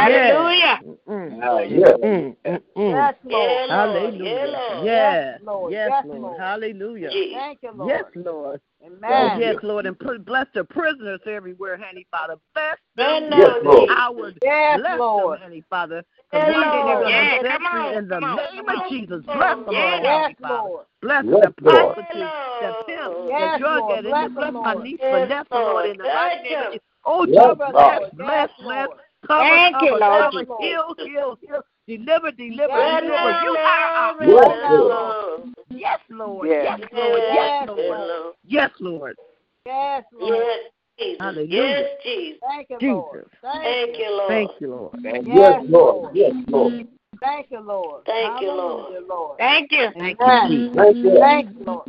Mm-mm. Yes. Mm-mm. Mm-mm. Yes, Lord. Yeah, Lord. Yeah, Hallelujah. Lord. Yes, Yes. Lord. Yes, Mm. Yes, Lord. Lord. Hallelujah. Jesus. Thank you, Yes, Lord. Lord. Oh, Amen. yes, Yes, Lord. And put, bless the prisoners everywhere, honey, Father. Bless Right them, yes, now, Lord. Lord. Jesus. I would Yes, bless them, Lord. honey, Father. Because one Yes, day they're Lord. going to be Yeah, set come free on, in the come on, name of come on, Jesus. come Bless them, on. Lord, Yes, honey, Father. Lord. Bless Yes, the Lord. prostitute, the pimp, Lord. the Yes, drug Lord. addict. And Bless you bless them, my Lord. niece Yes, Vanessa, Lord, Lord. in the mighty Thank name of you. Jesus. Oh, Yes, just bless, Cover, Father. Lord. bless, Yes, bless. Lord. Cover, Thank cover, you, Lord cover. Jesus. Heal, heal, heal. Deliver, deliver, Right deliver. now, You are our Lord. Yes, holy Right now, Lord. Lord. Lord. Yes, Lord. Yes, Yes, Lord. Yes, yes, Lord. Lord. Yes, Lord. Yes, Lord. Yes, Jesus. Hallelujah. Yes, Jesus. Thank you, Lord. Jesus. Thank, Thank you, you, Lord. Thank you, Lord. Yes, Yes, Lord. Lord. Yes, Lord. Thank you, Lord. Thank you, Lord. Hallelujah, Lord. Thank you. Thank you, Amen. Jesus. Thank you. Thank you, Lord.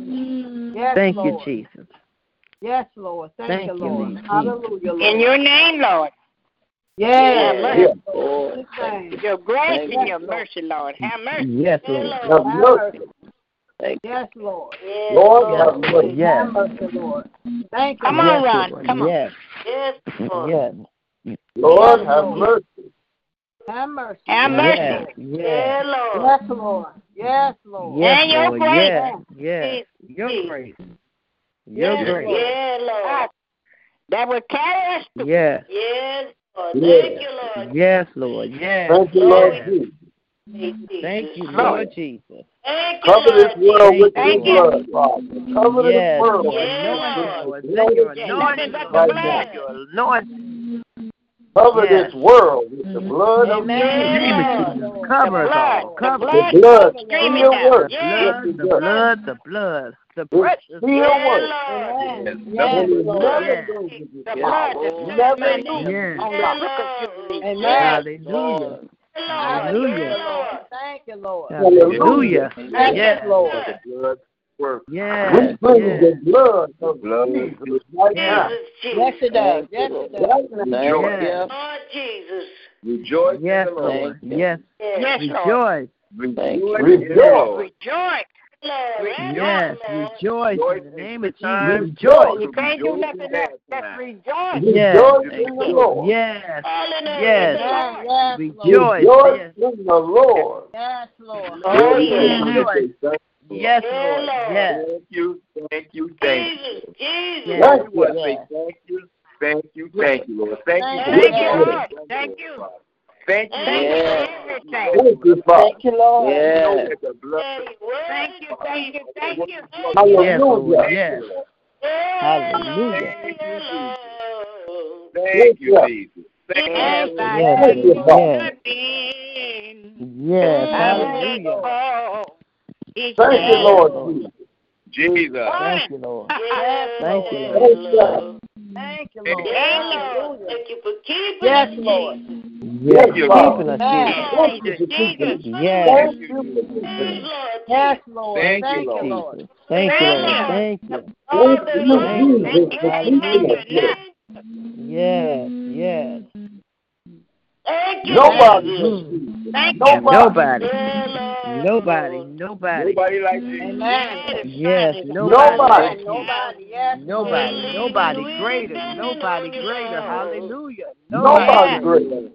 Yes, Thank you, Lord. Jesus. Yes, Lord. Thank you, Thank you, Lord. Lord Jesus. Hallelujah, Lord. In your name, Lord. Yes. Yes, Lord. mercy. Your grace and your mercy, Lord. Have mercy. Yes, Lord. Lord. Have mercy. Yes, Lord. Yes, Lord, have mercy. Yes. Have mercy, Lord. Thank you. Come on, Yes, Ron. Lord. Come on. Yes. Yes, Lord. Yes. Lord, have mercy. Have mercy. Have mercy. Yes. Yes. Yes, Lord. Yes, Lord. Yes, Lord. Yes, And your Lord. grace. Yes. Yes. Your Yes. grace. Your grace. Yes, Ah. Lord. That will carry us through. Yes. Yes, Lord. Yes. Thank you, Lord. Yes, Lord. Yes. Thank you, Lord Jesus. Thank you, Lord. Lord Jesus. Thank you, Cover this Lord. world with Thank your you. blood, Father. Cover Yes, this world. Lord. Yes. Anoint it, Lord. Let your Yes. anointing Yes. go Yes. down. Your anointing. Cover Yes. this world with Mm. the blood of Amen. Name Yes. of Jesus. Cover us all. The Cover us. blood, The blood. streaming Your down. work. Yes, blood, the blood, the blood, the precious Your yes, work. Lord. Yes. Yes, Lord. Yes. The blood, the Never blood, knew. Yes. Lord. Amen. Hallelujah. Yes, Lord. Hallelujah. Yes, Lord. Thank you, Lord. Hallelujah. Thank Yes. you, Lord. The blood work. Yes. We bring Yes. the blood of Blood. Jesus right now. Jesus, Jesus. Yesterday. Yesterday. Rejoice. Yes. Lord Jesus. Rejoice in Yes, the Lord. Lord. Yes. Yes, Lord. Rejoice. Rejoice you. in the Lord. Rejoice. Lord. Yes. Rejoice in the name of Jesus. Rejoice. You can't do nothing else. Just rejoice. Yes. Rejoice in the Lord. Yes. Hallelujah. Yes, Yes. yes, Lord. Rejoice. Rejoice in the Lord. Yes, Lord. Oh, yeah. Rejoice. Yes, Lord. Yes. Thank you, thank you, thank you. Jesus, Jesus. Yes. We want to say thank you, thank you, thank you, Lord. Thank you. Thank you, for Lord. everything. Thank Thank you. you. Thank you for everything. Thank you, Father. Thank you, Lord. Know that the blood Thank you, thank you, thank you, thank you. Yes, Lord. Hallelujah. Yes. Hallelujah. Thank you, Jesus. Thank you. Yes, Yes. Yes. Yes. Hallelujah. Thank you, Lord Jesus. Jesus. Thank you, Lord. Thank you, Lord. Thank you, Thank Lord. you. Thank you. Thank you for keeping Yes, us, Lord. Jesus. Yes. Keeping us Yes, here. Jesus. Yes. Thank you. Yes, Lord. Yes, Lord. Thank you, Thank you, Lord. Lord. Jesus. Thank you, Lord. Thank you. Oh, the Lord. Thank you, thank you, thank you. Yes. Yes. Thank you. Nobody Jesus. but Jesus. Thank you. Nobody. Yes, Lord. Nobody. Mm. Nobody. Nobody like you. Amen. Yes. Nobody. Nobody. like you. Nobody. Yes, Nobody, Believe nobody you greater, in the nobody Lord. greater. Hallelujah. Nobody Nobody, greater.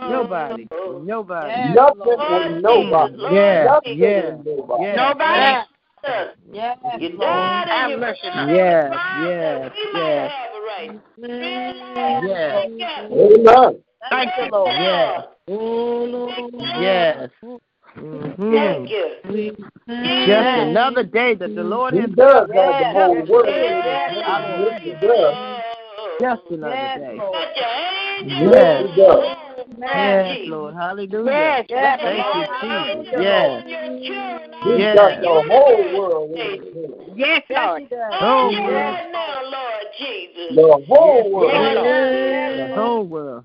nobody, nobody. Yes, Nothing Lord. and nobody. Lord. Yeah, Nothing yeah, and nobody. yeah. Nobody. Yes, You Lord. died and you were Yes, crucified, yes, that we might yes. have a right. Yes, Amen. Thank you, Lord. yes, yes. Thank Mhm. you. Just another day that the Lord He has does have the whole Yes. world. Hallelujah. Yes, he does. Just Yes, another day. Lord. Yes, he does. Yes, Lord. Hallelujah. Yes, yes, Thank you, Lord. Jesus. Yes, He Yes. got the whole world in his hands. Yes, Yes, Lord. he does. Oh, Thank you yes. right now, Lord Jesus. The whole world. Yes, Lord. the whole world.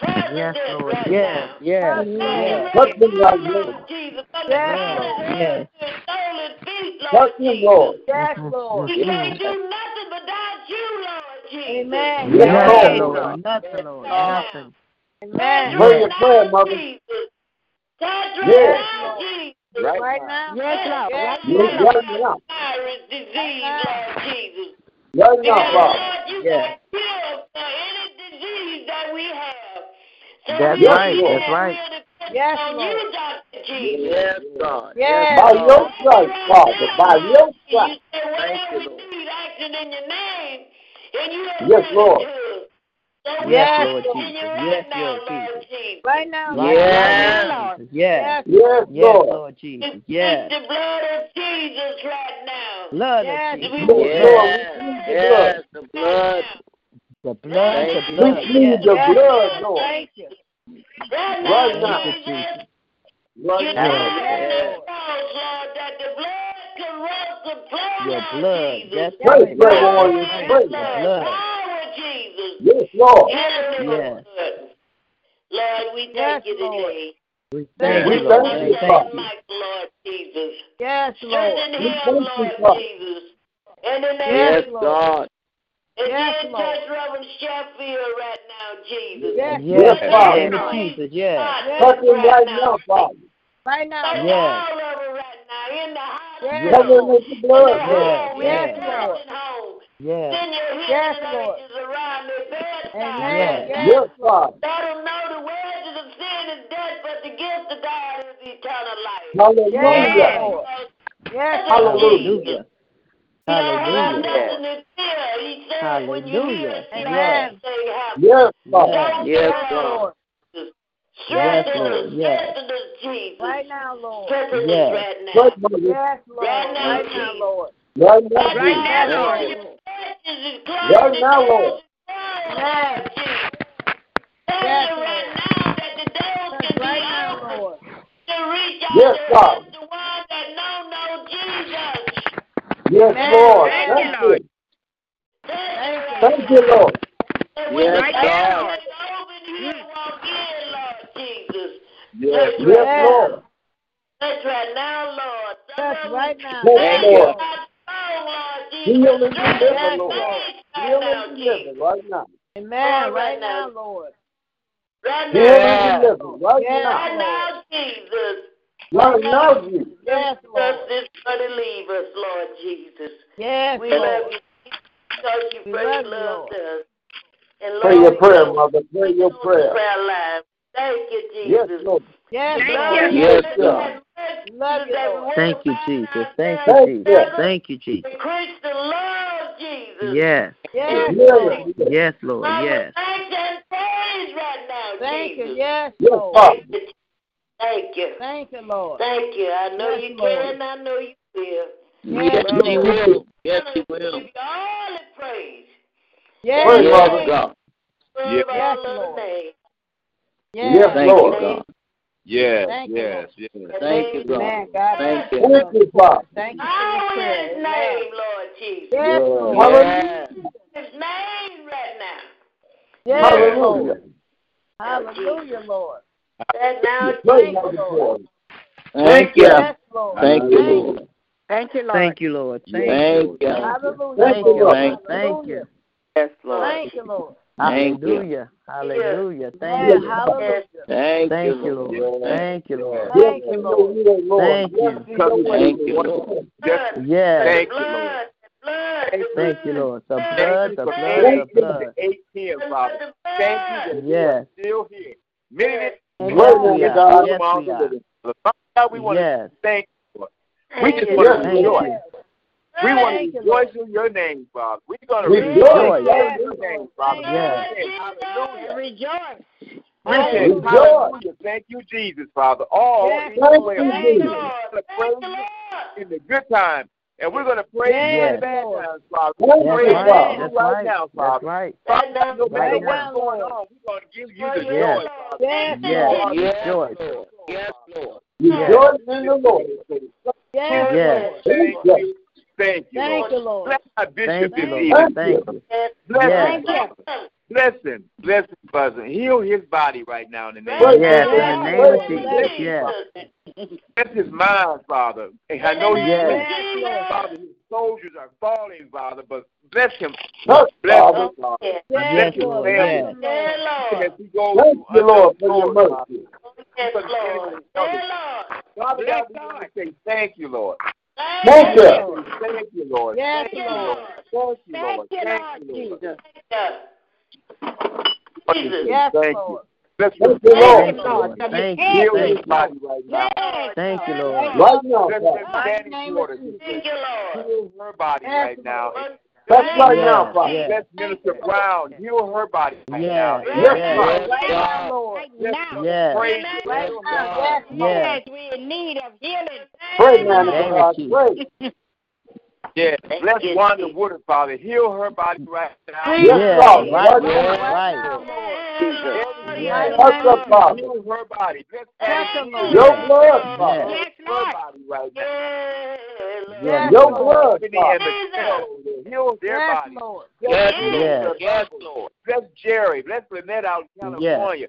president Lord. right now. Yes, yes, yes, Thank you, Touch right me now, like this. Lord Jesus. Touch the Yes, head of Lord. yes, yes. hands and stolen feet, Touch Lord me, Lord. Jesus. Yes, Lord. We can't do nothing without you, Lord Jesus. Amen. Yes, Yes, Lord. Lord. Nothing, Lord. Right Nothing. now. Touch Amen. Pray right your Yes, prayer, now, mother. Jesus. Touch right Yes. now, Jesus. Right Right now. now. Yes, Lord. Right Yes, Yes, now, Lord. right Lord. now. Virus disease, Lord Jesus. Right now, Because, Father. Lord, you yes. got cure for any disease that we have. So That's we Yes, right. need Lord. That's that right. will to Yes, on Lord. you, Dr. Jesus. Yes, God. Yes. By your stripes, Father. By your stripes. And Thank whatever you, we Lord. do, he's acting in your name. And you have Yes, Lord. So we Yes, ask Lord in Jesus. you Yes, right now, Lord Jesus. Jesus. Right now, Yes, Lord. Jesus. Yes, Yes. Yes, Lord. Lord We Jesus. speak Yes. the blood of Jesus right now. Blood Yes, of Jesus. we Lord, Yes. Lord, we plead the Yes. blood. The blood. The blood, Thank the you. blood. We plead Yes. the Yes, blood, Lord, Lord. Thank you. Right now, Right Thank now. you, Jesus. Right you now. die on Yes. the cross, Lord, that the blood corrupts the blood Your of blood. Jesus. That's Pray, right. pray, That's Power, Lord. you right. Pray. Lord, The blood. power, Jesus. Yes, Lord. Yes, Yes. Lord. Lord, we Yes, thank you Lord. today. We Thank thank We you, you Lord. for thank We you, thank Brother Father. you. Mike, Lord Jesus. Yes, Lord. Strengthen We him, thank you, Lord Father. Jesus. In the name Yes, Yes, of Lord. God. and Yes, then Lord. touch Reverend Sheffield right now, Jesus. Yes, Yes, Yes, in the Touch Father. name his of brain, Jesus. Yes. God, Yes, Touch touch him right right now. now, Father. Right now. Touch Yes. all of them right now in the Yes, Cover him hospital, Lord. with the in blood, their Lord. Yes. home, in Yes, their Yes. Lord. nursing home. Yes. Send your Yes, healing Lord. angels around their bedside, Amen. Lord. Yes. Yes, Yes, Lord. Father. Let them know the wages of sin is death, but the gift of God is eternal life. Yes, Hallelujah. Yes. Lord. Yes, Lord. Yes, Hallelujah. Jesus. You don't Hallelujah. have Hallelujah. nothing to fear. He said, when you hear Hallelujah. it, you have Yes. Amen. they have. Yes, Father. Yes. Yes, Don't Yes, fear. God. Lord. Yes, Strengthen us, Lord. Yes. strengthen us, Jesus. Right now, Lord. Strengthen us Yes. right Pray, now. Father. Yes, Right Lord. now, Right now, Jesus. Lord. Right now, Right Right Jesus. now, now, Thank Lord, Lord. you. your churches is Right closed, the now, Lord. doors is closed, Yes. Lord Jesus. Thank Yes, you right Lord. now that the doors Touch can be right now, opened Lord. to reach out Yes, to help Father. the ones that don't know Jesus. Yes, Amen. Lord. Thank you, Thank Amen. Lord. you. Thank you Thank you, Thank Lord. right you, now. Lord. That when the Yes, Right now, God. door Lord. is open, he'll walk in, Lord Jesus. Yes, Touch Yes, right Yes. now. Lord. Touch right now, Lord. Some Touch of them right now. Yes, Yes, Thank you, Lord. Lord. God. Oh, Lord Heal Jesus. and deliver, Strengthen Yes, Lord. Lord. faith right Heal now, and deliver Jesus. right now. Amen. right Right now. now, Lord. Right Heal now, and Yes, Jesus. deliver Lord. right Yes, now. Right Lord. now, Jesus. Right Right now, now, Jesus. the Yes, Lord. justice for the leavers, Lord Jesus. Yes, We Lord. love you because you We first love you, loved Lord. us. And Pray Lord, your we prayer, thank Mother. Pray you your on the prayer. prayer line. Thank you, Yes, Jesus. Lord. Yes, We Lord. love you, Yes, Jesus, God. that we Love you, that we Lord. won't Thank you, find Jesus. Thank you, ourselves Thank Jesus. you. together. Thank you, Jesus. The Christian love, Jesus. Yes. Yes, Yes, Lord. Lord. Yes, Lord. I would Yes. thank and praise right now, Thank you. Jesus. Yes, Yes, Lord. Father. Thank you. Thank you. Thank you, Lord. Thank you. I know Yes, you Lord. can. I know you will. Yes, Yes, Lord, He we Lord. will. give Yes, He will. you all the praise. Yes, Pray, Praise Mother Lord. name God. yes, above Yes, all other Lord. names. Yes, Yes. Lord. Thank Name, yes, Thank you, God. you, yes, Lord. yes. the Thank name you, of God. Amen. God, Thank thank you. you Thank for this you, prayer. Father. Thank you for this Power in prayer. his Amen. name, Lord Jesus. Yes, Lord. Hallelujah. Yes. His name right now. Yes, Yes. Lord. Hallelujah. Now, Jesus. Hallelujah, Lord. Right now, Yes, Pray, Thank you, Mother Lord. God. Thank Thank you. you. Yes, Lord. Thank you, Thank Lord. you. Hallelujah. thank you, Lord. Thank you, Lord. Yes, Thank Thank you. you. Hallelujah, Lord. Thank you. Thank Thank you, you. Lord. Lord. Thank Hallelujah. you. Yes, Lord. Thank you, Lord. Thank you. Hallelujah. Hallelujah. Thank Amen. Yes, you. Father. Yes, Hallelujah. Thank you, Thank you, Lord. Yes, yes. Lord. Thank you, Lord. Yes, Thank in you, your Lord. will, Lord. Thank Yes, you. in Cover your him way, Thank with you, one Lord. Lord. just blood, the Yes. thank you, Lord. blood, the blood, Thank the you. Thank you, blood, Lord. The the Thank blood, you from blood, the blood, the 8 to blood. the 18, blood, Father. the Thank you blood. that we are Yes. still here. Many Yes. days Great Yes, is we in the the are. God. room Yes, all we the are. living. Father God, we want to Yes. thank you, Lord. We Thank just you, want Yes, to Thank Lord. rejoice. you. Yes. We want Lord. Thank to you, Lord. rejoice in your name, Father. We're going to rejoice Rejoice. Rejoice. in Yes, your Lord. name, Father. Thank We you. Yes. Blood, said Jesus, hallelujah. and rejoice. We Thank said Hallelujah. you, Rejoice. Lord. hallelujah. Thank you, Jesus, Father. All Yes, in your Thank Lord. way. you, Thank Thank We're you, Jesus. you. Lord. going to Thank praise you, you Lord. in the good times, and we're going to praise you in the Yes, Yes. bad Lord. times, Father. We're Thank That's you, praising right. Amen. you Father. That's right right. now, That's Father. right. Father, Right now, no matter Right Right what's now. now, going Lord. on, we're going to give you for the you, Yes. joy, Lord. Father. Yes, Thank you, You Yes. Lord. are the Yes, Rejoice. joy, Lord. Father. Yes, Lord. Lord. Yes. Rejoice in the Lord. Yes, Yes, Yes. Lord. Thank Thank Lord. you. you. Thank you, Thank Lord. you, Lord. Lord. Bless our bishop Thank you, Thank this Lord. you. evening, Thank Thank you. Father. you. Yes. Bless him, Yes. Thank you. Bless Father. him Bless him. Bless him, Father. Heal his body right now in the name right of Yes. Jesus. In the now, Yes, in name Bless of Lord. the his name Jesus. Bless lips, him. of Yes. Father. Jesus. Bless his mind, Father. And I In the know he's name Yes. weak, of Yes, Lord. Father. Jesus. His soldiers are falling, Father. But bless him. Touch, Bless Father. him, Oh, Father. yeah. Bless Yes, Yes, his Lord. Lord. Bless family. Yes. him, Yeah, Lord. Even Lord. as he goes Thank through you, unknown Lord, for your doors, Father. mercy. He Yes, continues Lord. Yeah, Lord. to tell us. Father Yes, God, we want God. to say thank you, Lord. Thank Thank Yes, you. you. Thank Lord. you, thank you, Lord. Yes, Thank Thank you, you, Lord. Lord. Lord. Thank you, Thank Lord. you, Thank Lord you, Lord. Jesus. Thank you. Lord, we Jesus. say Yes, thank you. Lord. Bless Thank you. you, Lord. Thank you, Heal thank his you. body right now. Thank you, Lord. Right now, Bless Father. his daddy's daughter. Heal her body right now. That's right now, Yes, Father. Bless Minister Brown. Heal her body right Yes, now. yes, Father. yes, now, Lord. Yes, oh Lord. Yes. Praise you. Right now, yes, Yes. Lord, we're in need of healing. Pray, man of Thank God. you. Pray. Yes. Bless you, Wanda Woodard, Father. Heal her body right now. Yes, Yeah, Father. right, Right Lord, now. right. Yes. Yes, That's up, Father. Heal her body. Bless Yes, Lord. Your blood, Father. yes, her body right now. yes, Your blood, Tiffany and Father. Michelle, heal their Yes, body. Lord. Bless Yes, Lisa Lord. Douglas. Bless Jerry. Bless Lynette out in Yes. California.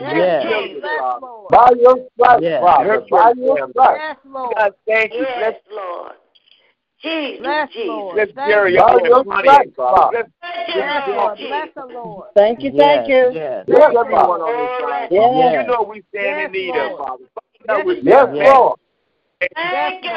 Yes. Children, Yes, Father. Lord. By your stripes, Yes. Father. Yes, By Lord. your stripes. Yes, Lord. God, thank you. Bless, Yes, Lord. Jesus, Bless Jesus. Lord. bless Thank Jerry you. By out there your in Pontiac, stripes, Father. Father. Bless, Yes, Yes, Lord. Lord. bless Bless the Lord. Thank you, thank you. Yes, bless Yes, everyone Father. on this line. Yes, Father. yes, You know we stand in Yes, need of, Lord. Father. Father, we Yes, stand Yes. Lord. Thank you.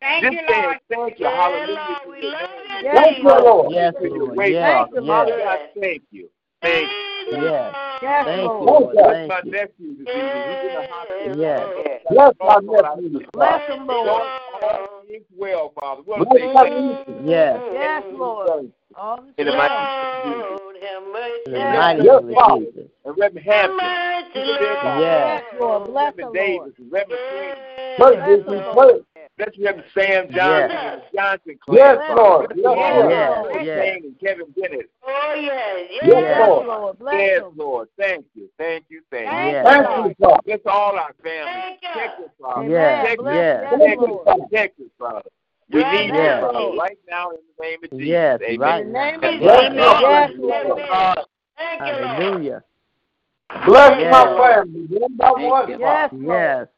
Thank Just you, saying Lord. thank you. Yeah, Hallelujah. Lord, we love you, Yes, Thank you, Jesus. Lord. yes, For your Lord. way, Yes, Father. yes, Father, I thank you. Thank you. yes. Yes, Thank you, Lord. Lord. Bless Thank my you. nephew this evening. He's in the hospital. Yes. Bless my Lord, Lord, I nephew, Father. Bless him, Lord, Lord. all is well, Father. We'll Bless say my thank you. nephew. Yes. Yes, Lord. All the In the mighty time. name of Jesus. Lord, have mercy. In the Yes. mighty Yes, name of Father. Jesus. And Reverend Have Hampton. mercy, Sister Bear Carter. Yes. Yes, Lord. Bless the Reverend Lord. Davis. and Reverend Green. Bless Yes, this Lord. place. Bless Reverend Sam Johnson Yes. and the Johnson clan. Yes, Bless Father. Lord. Lord. Bless Yes, Lord. Lord. Yes. Yes, Bless Yes. Kane and Kevin Bennett. Oh, yes, Yes, yes, Yes, Lord. Yes, Lord. Bless yes, him. Lord. Thank you. Thank you. Thank Thank you. Yes. you, Thank Lord. you, Father. Bless all our families. Thank you. Texas, Father. Yes. Amen. Texas, Bless. Yes. Yes, Thank Texas, you, Lord. Father. Texas, Father. We Right need you, now, Yes. Father, Lord. right now in the name of Jesus. Yes. In the Amen. Right name now. Bless of Bless my Yes. my Jesus. family, Lord. Yes, family. Bless Lord. God. Thank you, Lord. Hallelujah. Bless my Yes. family, one by Thank one, you. Father. Yes, Lord. Yes.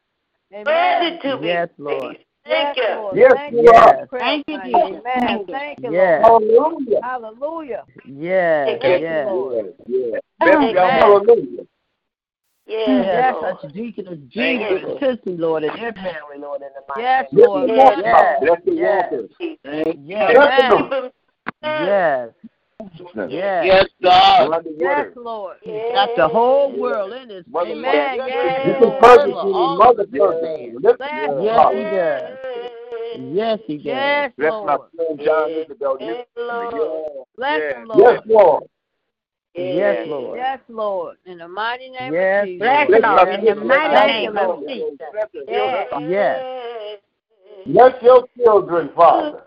Amen. Worthy to be Yes, Lord. praised. Yes, Thank you. Lord. Yes, Thank you you for are. the Yes. prayer Thank you, tonight. Jesus. Amen. Thank you. Thank you, Lord. Yes. Hallelujah. Hallelujah. Yes. Thank Yes, Thank you, Yes. Lord. yes, yes. Bless Thank you. your Amen. heart. Hallelujah. Yes, Yes, Yes, Lord. touch Deaconess Thank Jean, you, Big Lord. Tootsie, Lord, and their family, Lord, in the mighty Yes, name Bless Lord. the of Jesus. Bless Walker. them. Yes, Bless the yes, Walker. Thank yes, Bless you. Amen. Keep them. him safe. yes, Jesus. yes. Yes, God. Wonder Yes, Woodard. Lord. He's got the whole Yes. world in his Mother hand. Woodard. Amen. You Yes, he can does. Yes. purchase Cover any all mother of his person. Yes. hands. Lift Bless them, Yes, Father. he does. Yes, he does. Yes, Bless my Lord. son John Yes, Isabel. Yes, Lord. yes, Bless yes. them, Yes, Lord. Lord. Yes, Yes. Lord. Yes, Lord. In the mighty name of Yes, Jesus. Bless Lord. Bless my Lord in the sister right mighty now in Thank the you, name of name Lord. of Jesus. Jesus. Bless her, heal her Yes. body. Yes, Bless your children, Father.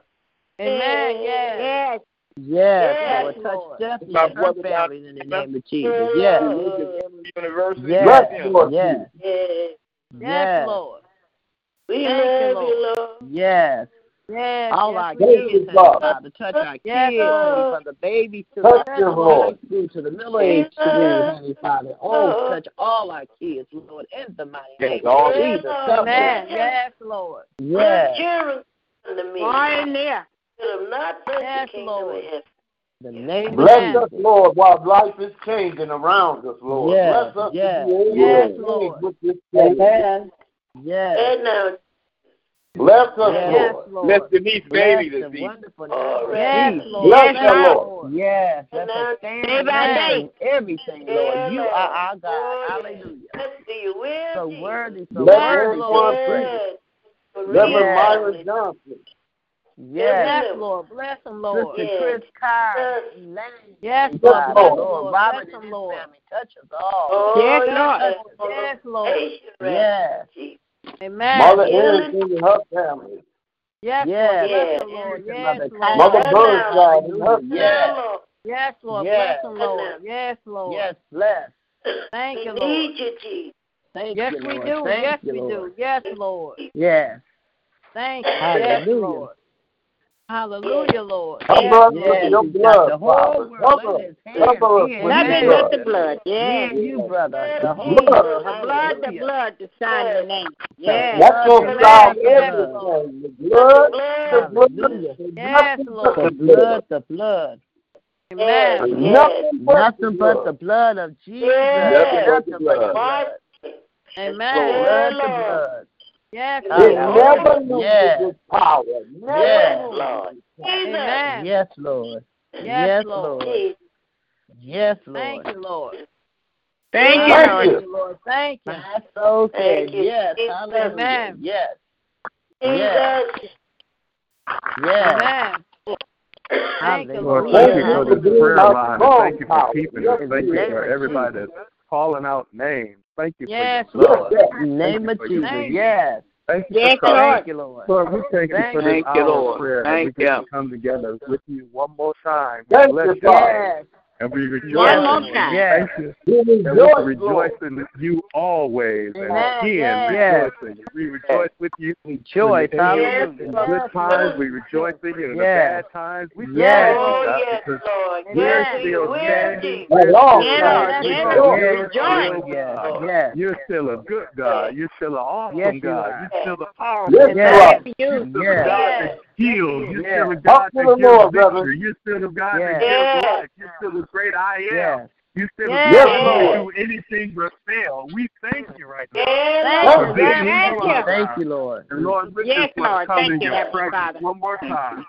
Amen. Yes. Yes. yes, Yes, Lord. Touch Lord. Bless Stephanie my and her brother down family in the in Atlanta. name of Jesus. Yes, He lives at Emory University. Bless yes, Bless him. your yes, people. Yes, yes, Lord. We Thank you, love Lord. you, Lord. yes. Yes, All yes, our Thank we do. kids, you, Heavenly Father. Father, touch our Yes, kids, Lord. Heavenly from the babies to the Thank Yes, you, Lord. high Lord. school to the middle We age school, love Heavenly Father. you, Oh, Lord. touch all our kids, Lord, in the mighty Yes, name of all Yeah, Jesus. Lord. Help us. Amen. Bless him. Yes, Lord. Bless Yes, children unto me. Far and near. Let them not break the Yes, kingdom of Lord. heaven. the name of Bless Amen. us, Jesus. Lord, while life is changing around us, Lord. Yes, Bless us to be yes, able Yes, to change Lord. with this change. yes, yes, And now, Bless us, yes. Yes, Lord. Bless Lord. Denise Bless Bailey this the evening. wonderful name Oh. all of right. Yes, Jesus. Lord. Bless Yes, her, Bless Lord. them, Lord. Lord. Yes, And let's now, stand Day in by line Amen. day. in everything, Lord. yeah, You are Lord. our God. Oh, yes. Hallelujah. Let's be So with you. worthy, so Bless Yes, worthy to Lord. be everyone. Yes. praised. Maria Reverend Yes, Myron family. Johnson. yes. Every Yes, little. Lord. Bless them, Lord. Sister Yes. Chris Carr, Yes. Elaine, Yes, Heavenly Yes, Lord. Father, Bless Lord. them, Lord. Bless Lord, Robert and them, his Lord. family, touch us all, Lord. Yes, Oh, Lord. yes. For Yes, Lord. location right Yes, Jesus. Amen. Mother Healing. Erickson and her family. Yes, Lord. yes. Bless Yes. Mother them, Lord. Yes, Anderson, And Mother Lord. Mother Kyra, now, Burnside Lord, and her hallelujah. family. Yes, now, Lord. Yes, Lord. Bless yes, them, And now. Lord. Yes, Lord. yes, bless. Thank We you, Lord. need you, Jesus. Thank Yes, you, we Lord. do. Thank Yes, you, we Lord. do. Yes, Lord. Yes, Thank you. Yes, hallelujah. Lord. Hallelujah, Lord. Cover Yes, us with yes, your he's got blood, the whole Father. world Cover in us. his hands. Cover us Me and with you, your Nothing but brother. the blood. blood. Me Yes. and you, brother. The whole Jesus. Blood. world. The blood, the Hallelujah. blood to sign your Yes. name. The Yes. That's blood, going the to Amen. blood, solve the Yes, blood. Lord. everything. The Let the blood. blood, the blood, there's Yes, Hallelujah. nothing but The the blood. Lord. blood, the blood. Amen. Yes, There's yes, nothing but the Nothing but blood. the blood of Jesus. yes. Nothing but the Nothing but the blood. Why? blood. Yes, The Amen. Lord. blood, the Lord. blood. It Yes, Lord. Lord. never loses Hallelujah. Yes. its power. Never Yes, Yes. loses Lord. its power. Jesus. Amen. Yes, Lord. Yes, Yes, Lord. Lord. Jesus. Yes, Thank Lord. you, Lord. Thank you, Thank Lord. you. Lord. Thank you. That's so Thank good. you. Yes. Jesus. Hallelujah. Amen. Yes. Jesus. Yes. Amen. Thank you, Lord, Lord. thank Thank you for the prayer line. Thank you for keeping us. Thank you for everybody that's calling out names. Thank you Yes, for your love. Lord. Name of Jesus. Yes. Thank you Yes, for coming. Lord. Thank you, Lord. Lord, we thank you for this Thank you, hour Lord. of prayer. that Thank we get you. to come together with you one more time. We Thank bless you, your Father. name. And we rejoice. One in more you. time. Thank you. We And we rejoice, Lord. rejoice in you always. And Amen. again, Yes. rejoice in you. We rejoice with you. Rejoice. In the, in Hallelujah. the good Yes, times, Lord. we rejoice in you. Yes. In the bad times, we Yes. rejoice in Oh, God yes, because Lord. we're Yes, still we're standing. indeed. We're Yes, still yes, standing. yes, You're rejoice. still Yes. God. Yes. You're still a good God. You're still an awesome Yes, you God. are. You're still the powerful Yes, God. you You're Yes. still the God that heals. You're still the Yes. God Talk to that the gives Lord, brother. victory. You're still the God that Yes. gives life. You're still the great I am. Yes. You said Yes, yes, we Lord. do anything but fail. We thank you right now. Yes, for Lord. being who Thank you. are. Thank you, Lord. And Lord, we Yes, just want Lord. to come Thank in you, your Heavenly presence Father. one more time.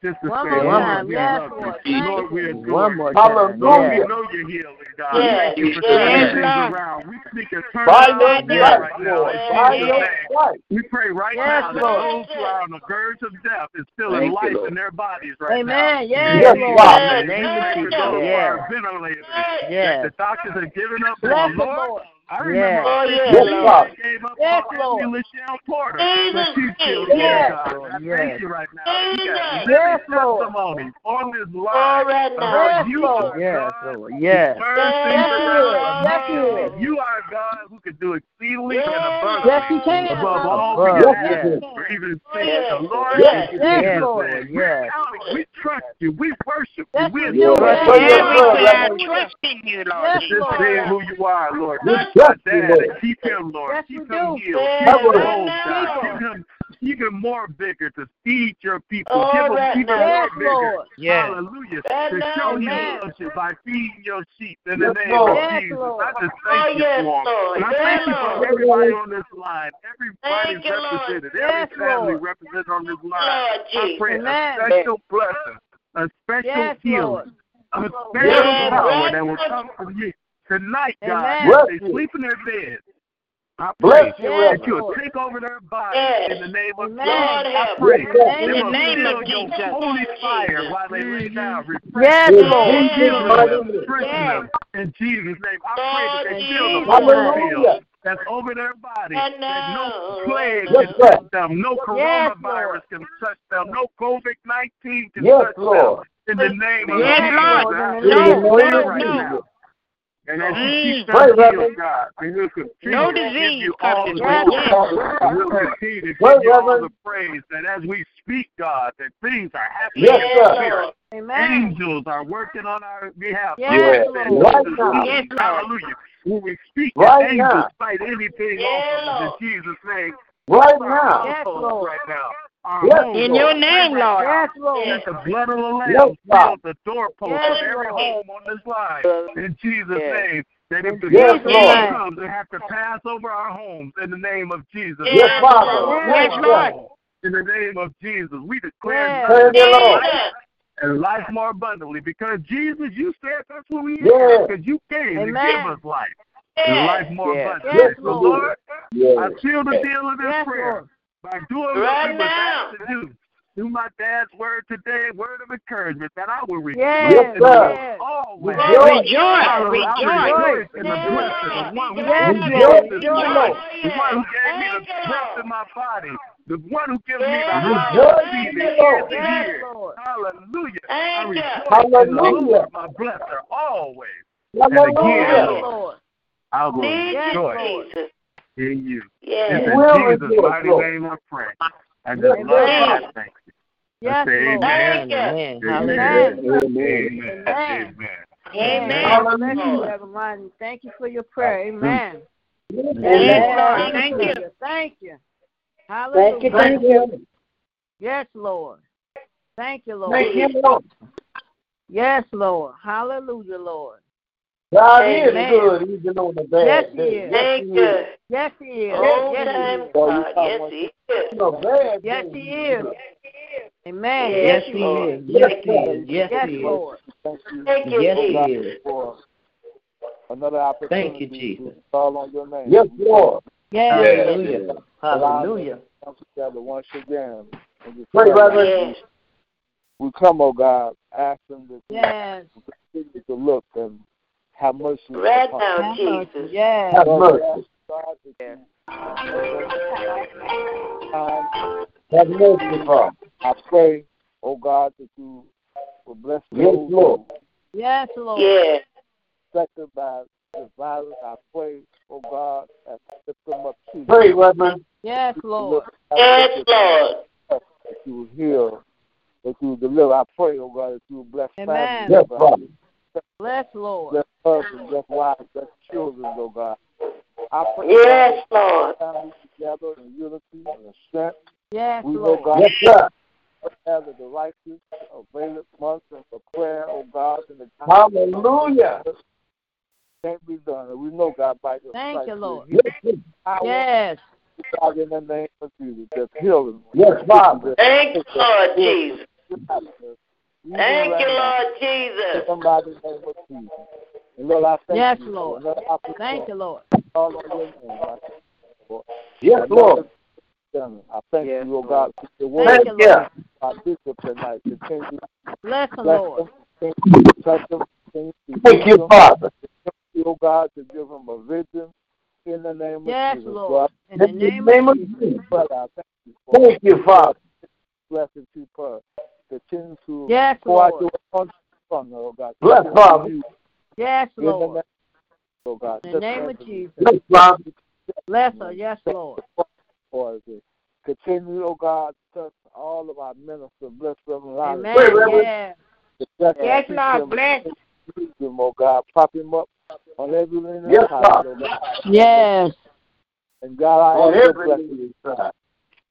Just to One say, more Lord, time. we Yes, love Lord. you. Thank Lord, you. we adore One you. more time. Lord, Yes. we know you're healing, God. Yes, Thank you for yes, turning things Lord. around. We speak a By turnaround your right now, Yes, stripes, right now. Lord. In By Jesus' your yes. name. stripes. We pray right Yes, now that Lord. those who are on the verge of death is still in Thank you, life Lord. in their bodies right now. Amen. In Yes, Yes, Jesus' Lord. Father. name, In the we name of pray for Jesus. those who Yes. are ventilators that Yes. the doctors have given up Bless on. the Lord, Lord. I Yes. remember Oh, our yes, sister Lord. Lisa Lord. gave up Yes, on Lord. Anthony Michelle Porter, but Jesus, she's still here, Yes. yes. God. And I Yes. thank you right now. We got Jesus. many Yes, Lord. testimonies on this All line right of now. how Yes, you Lord. are Yes, God. Lord. who Yes. turns things Yes, he is. around for Yes, he me. is. Yes. You are God who can do exceedingly and Yes, he abundantly Yes. can. above all we Above. can Yes, ask Yes. you or Yes, even Oh, think. So, yes. Lord, Yes. in yes, Yes, Jesus' Lord. name, Lord. we're Yes. counting, we trust you, we worship you, Yes, we we do. adore Yes, you. do. Lord. Now we put our Yes, Lord. Hallelujah. trust in you, Lord Yes, Just Jesus. Lord. being who you are, Lord. We We Yes, our trust you, dad and Lord. keep him, Lord. Yes, we Keep him do. healed. Yes, Keep him Lord. right whole, God. now, Lord. Give him even more vigor to feed your people. Give All him right even now. more Yes, vigor. Lord. Yes. Hallelujah. Right To now, show your Jesus. Amen. lordship by feeding your sheep in the Yes, name of Lord. Yes, Jesus. Lord. I just Oh, thank you yes, for him. Lord. And I Yeah, thank you for Lord. everybody on this line, everybody Thank you, Lord. represented, every Yes, family Lord. represented on this line. Lord I Jesus. pray a Amen. special blessing, a special Yes, healing, Lord. a special Yes, power right that will now. come from you tonight, God, Amen. as Bless they you. sleep in their beds. I pray Bless Yes, you, that Reverend. you'll Lord. take over their bodies Yes. in the name of Jesus. Amen. Lord I have pray mercy. Yes, In they Thank the you, will name feel of Jesus. your Jesus. holy fire while they lay down, Mm-hmm. Mm. Yes, In refreshing them, Lord. Jesus' Yes, healing mighty them, Lord. name. strengthening Yes. them. In Jesus' name, I pray that Lord they feel the Jesus. Amen. Holy Spirit Hallelujah. that's over their body, And that no plague Yes, can now. touch sir. them, no Yes, Lord. coronavirus can touch them, no COVID 19 can Yes, touch them. Lord. In the name of Yes, Jesus, Lord. and I In thank the you No, name for them no, of right now. no. Jesus. And as you keep Mm. them Pray, healed, Reverend. God, we will continue No to give disease you comes all to the me. Yes, glory. Yes. Lord. We will continue to Pray, give you all the Reverend. praise. That as we speak, God, that things are happening Yes, in Yes, the sir. spirit. Lord. Amen. Angels are working on our behalf. You Yes, Yes. said Lord. this Right is now. Yes, speaking. Lord. Hallelujah. When we speak, the Right angels now. fight anything off Yeah, of us in Lord. Jesus' name. Right Cover our now. Yes, households Lord. right now, our Yes, homes, In Lord. your pray name, right Lord. now Yes, Lord. that Yes. the blood of the Yes, Lamb Father. seals the doorpost Yes, of Yes, every Lord. Lord. home on this line. In Jesus' Yes. name, that if In the Yes, flood Jesus' waters Lord. Yes. name. comes, it has to pass over our homes in the name of Jesus. Yes, Pass Yes, over Father. our Lord. Yes, Yes, Yes, sir. workplace Lord. Lord. in the name of Jesus. We declare Yes. nothing Thank you, but Lord. life Jesus. and life more abundantly because Jesus, you said that's what we have Yes. because you came to give Amen. us life and Yes. life more Yes. abundantly. Yes, Yes, So, you Lord. do. Lord, I Yes. seal the deal of this Yes, prayer Lord. by doing what we Right was now. asked to do. Through my dad's word today, word of encouragement, that I will rejoice Yes, Yes, in the Lord sir. yes. always. Rejoice. Rejoice. I, I Rejoice. Rejoice. rejoice in the blessing of Oh, Yeah. one who Yes, gives me Lord. Rejoice in the the strength, Rejoice. Lord. the Yes. one who gave me the Thank you, breath in Lord. my body, the one who gives me the Yeah, eyes to Lord. Rejoice see, Thank in the you. the ears Lord. to Yes, hear. Lord. Hallelujah. I Thank you. rejoice in the Hallelujah. Lord, my blesser, always. And again, Yes, Hallelujah. Lord, Lord. I will Thank Yes, you, rejoice Lord. Jesus. in you. You Yes. It's in will Jesus' rejoice, mighty Lord. name I pray. I just Yes, love Amen. you and I Yes. thank you. I Yes, say Lord. amen, Thank Amen. you. Amen. amen, Hallelujah. Amen. Amen. amen, Amen. amen. Amen. Amen, We bless you, Hallelujah. Lord. Reverend Rodney. Thank you for your prayer. Mm. Amen. Yes, Amen. Lord. Amen. Thank you. Hallelujah. Thank Thank you, you. Hallelujah. Thank thank you. you. Yes, Lord. Thank you, Lord. Thank you, Jesus. Lord. Yes, Lord. Hallelujah, Lord. God is Amen. good even on the Yes, bad He day. is. Yes, He Thank is. you. Yes, He is. Yes, Old He Yes, He time is. is. So you God. talk Yes, about he is. on a bad Yes, day. He He's is. good. Amen. Yes, Yes, Yes, He he Lord. is. is. Yes, Yes, he sir. is. Yes, Yes, he is. Lord. Thank you, Thank you, Yes, oh he God, Jesus. is. for another opportunity Thank you, Jesus. to call on your name. Yes, Lord. Yes. Hallelujah. Hallelujah. Come together once again. and just Pray, pray. Reverend. We come, oh God, asking that you Yes. continue to look and have mercy Right upon now, us. Jesus. Yes. Have mercy. Have mercy upon I pray, oh God, that you will bless Yes, those Lord. Yes, Lord. Yes. affected by this virus. I pray, oh God, and lift them up to you. Pray, Reverend. Yes, Lord. Yes, Lord. That you will heal, that you will deliver. I pray, oh God, that you will bless Amen. families. Yes, oh God. Father. Bless Lord. Bless husbands, bless wives, bless children, oh God. I pray Yes, oh God, Lord. that families together in unity and in strength. Yes, We, Lord. oh God, sir. gather the righteous, availeth months and for prayer, oh God, in the time Hallelujah. Can't be done. And we know God by your Thank stripes you, we're Lord. healed. Yes. God, in the name of Jesus, just healing. Yes, Father. Thank you, Lord Jesus. Even Thank right you, now. Lord Jesus. Somebody name of Jesus. And Lord, I thank Yes, you for Lord. another opportunity Thank you, Lord. all on your name. I thank you for Yes, another Lord. opportunity. I thank Yes, you, oh Lord. God, for the word Thank you, Lord. our bishop tonight. Continue to Bless the bless Lord. them, continue to touch them, continue to Thank use you, them. Father. you, oh God, to give him a vision in the name Yes, of Jesus. Lord. In So I the thank name you, of Jesus. Father, I thank you for Thank you, Father. blessing people. Continue to Yes, pour out Lord. your on from oh God. Bless Continue to Father. use Yes, in the Lord. name, oh God. In the Just name as of Jesus. Bless Father. Bless her. Yes, Lord. for us. Continue, oh God, to touch all of our ministers. Bless Reverend Lottie. Amen. Pray, Reverend. Yes. Bless them, Yes, teach them, Lord. Bless. use them, oh God. Prop him up on every leaning Yes, side, Lord. oh God. Yes. And God, I On ask your blessing every side.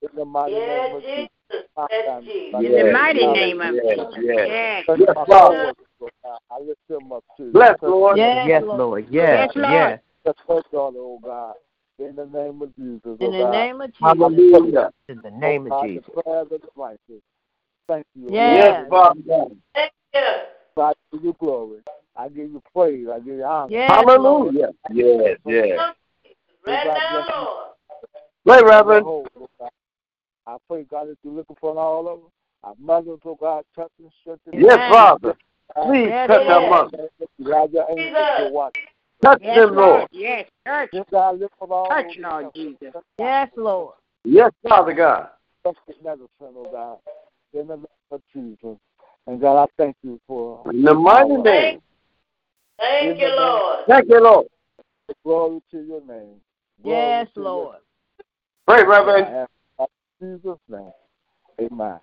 in the mighty name Yes, of Jesus. Jesus. I Yes, thank you. Jesus. Yes. In the mighty name of Yes, Jesus. yes. Yes. Touch Yes, my Father. co-workers, oh God. I lift them up to you. Bless, Touch Lord. Yes, Yes, Lord. Lord. Yes, Yes, Lord. yes. That's first order, oh God. In the name of Jesus, oh In the God. name of Jesus. Hallelujah. In the name oh God, of Jesus. The prayers of the righteous. Thank you. oh Yes. Yes, Father. God. Thank you. God. I give you glory. I give you praise. I give you honor. Yes, Lord. Hallelujah. Yes, yes. Right now, Lord. Pray, I Reverend. hold, oh God. I pray, God, that you look upon all of us. Our mothers, oh God, touch and strengthen. them. Yes, Father. Please Yes, touch our yes. mother. God, your angels to watch. Touch Yes, them, Lord. Yes, church. Give God lift up all Touch, those Lord that- Jesus. Yes, Lord. Yes, Father God. Blessed medicine, oh God. In the name of Jesus. And God, I thank you for In the mighty our- name. Thank you, Lord. Thank you, Lord. Glory to your name. Glory Yes, to your Lord. Pray, name. Reverend. I ask in Jesus' name. Amen.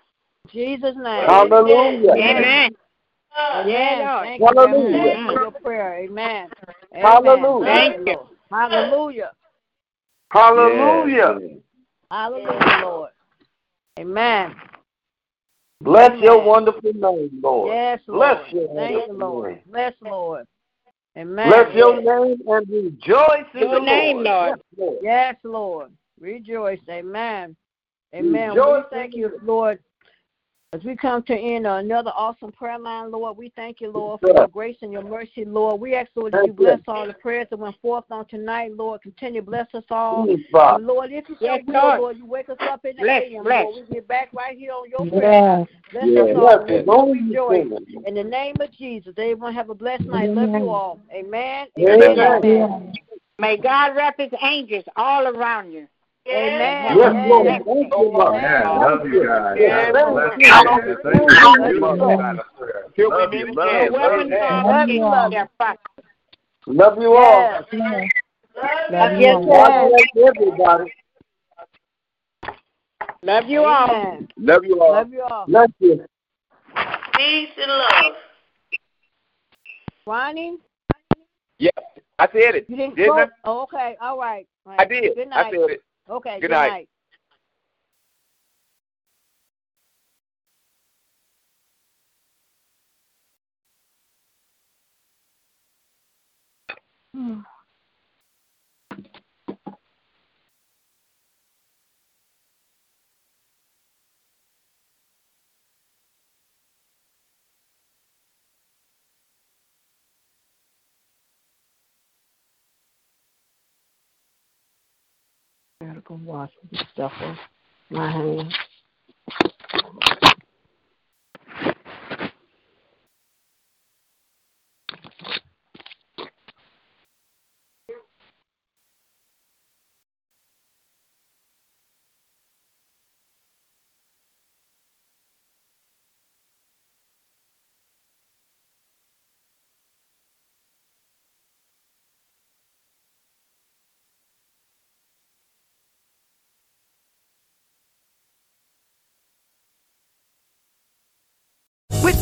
Jesus' name. Hallelujah. Amen. Yes, thank you, Hallelujah. Reverend, for your prayer. Amen. Amen. Hallelujah. Thank you, Lord. Hallelujah. Hallelujah. Hallelujah, Lord. Amen. Bless your Amen. wonderful name, Lord. Yes, Lord. Bless your Thank you, wonderful Lord. name. Bless, Lord. Amen. Bless your name and rejoice in the Your name, Lord. Lord. Yes, Lord. Yes, Lord. Rejoice. Amen. Amen. Rejoice we thank in you, Lord. As we come to end another awesome prayer line, Lord, we thank you, Lord, for Yes, sir. your grace and your mercy, Lord. We ask, Lord, that Thank you bless you. all the prayers that went forth on tonight, Lord. Continue to bless us all. Please, Uh, Father. And Lord, if you Yes, so will, Lord. Lord, you wake us up in the Bless, AM, bless. Lord. We get back right here on your prayer line. Yes. Bless Yes, us all. as Let us long as you rejoice. sing it. In the name of Jesus, everyone have a blessed night. Love you all. Amen. Amen. Amen. Amen. May God wrap his angels all around you. Amen. Yes, Yes. Lord. Thank you, Lord. Amen. Love you guys. Yes, God thank you. bless you. Thank you for Thank you, using Lord. me by the prayer. Love you, love, No love, weapon love. formed Love against you all. you shall prosper. Love you all. Yes. Yes. Love Love you. you Yes, all. God Yes. bless everybody. Love you all. Amen. Love you all. Love you all. Bless you. Peace and love. Ronnie, Yeah, I said it. you didn't Didn't I? close. Oh, okay. All right. All right. I did. Good I night. said it. okay. good night. gotta go wash this stuff off my hands. With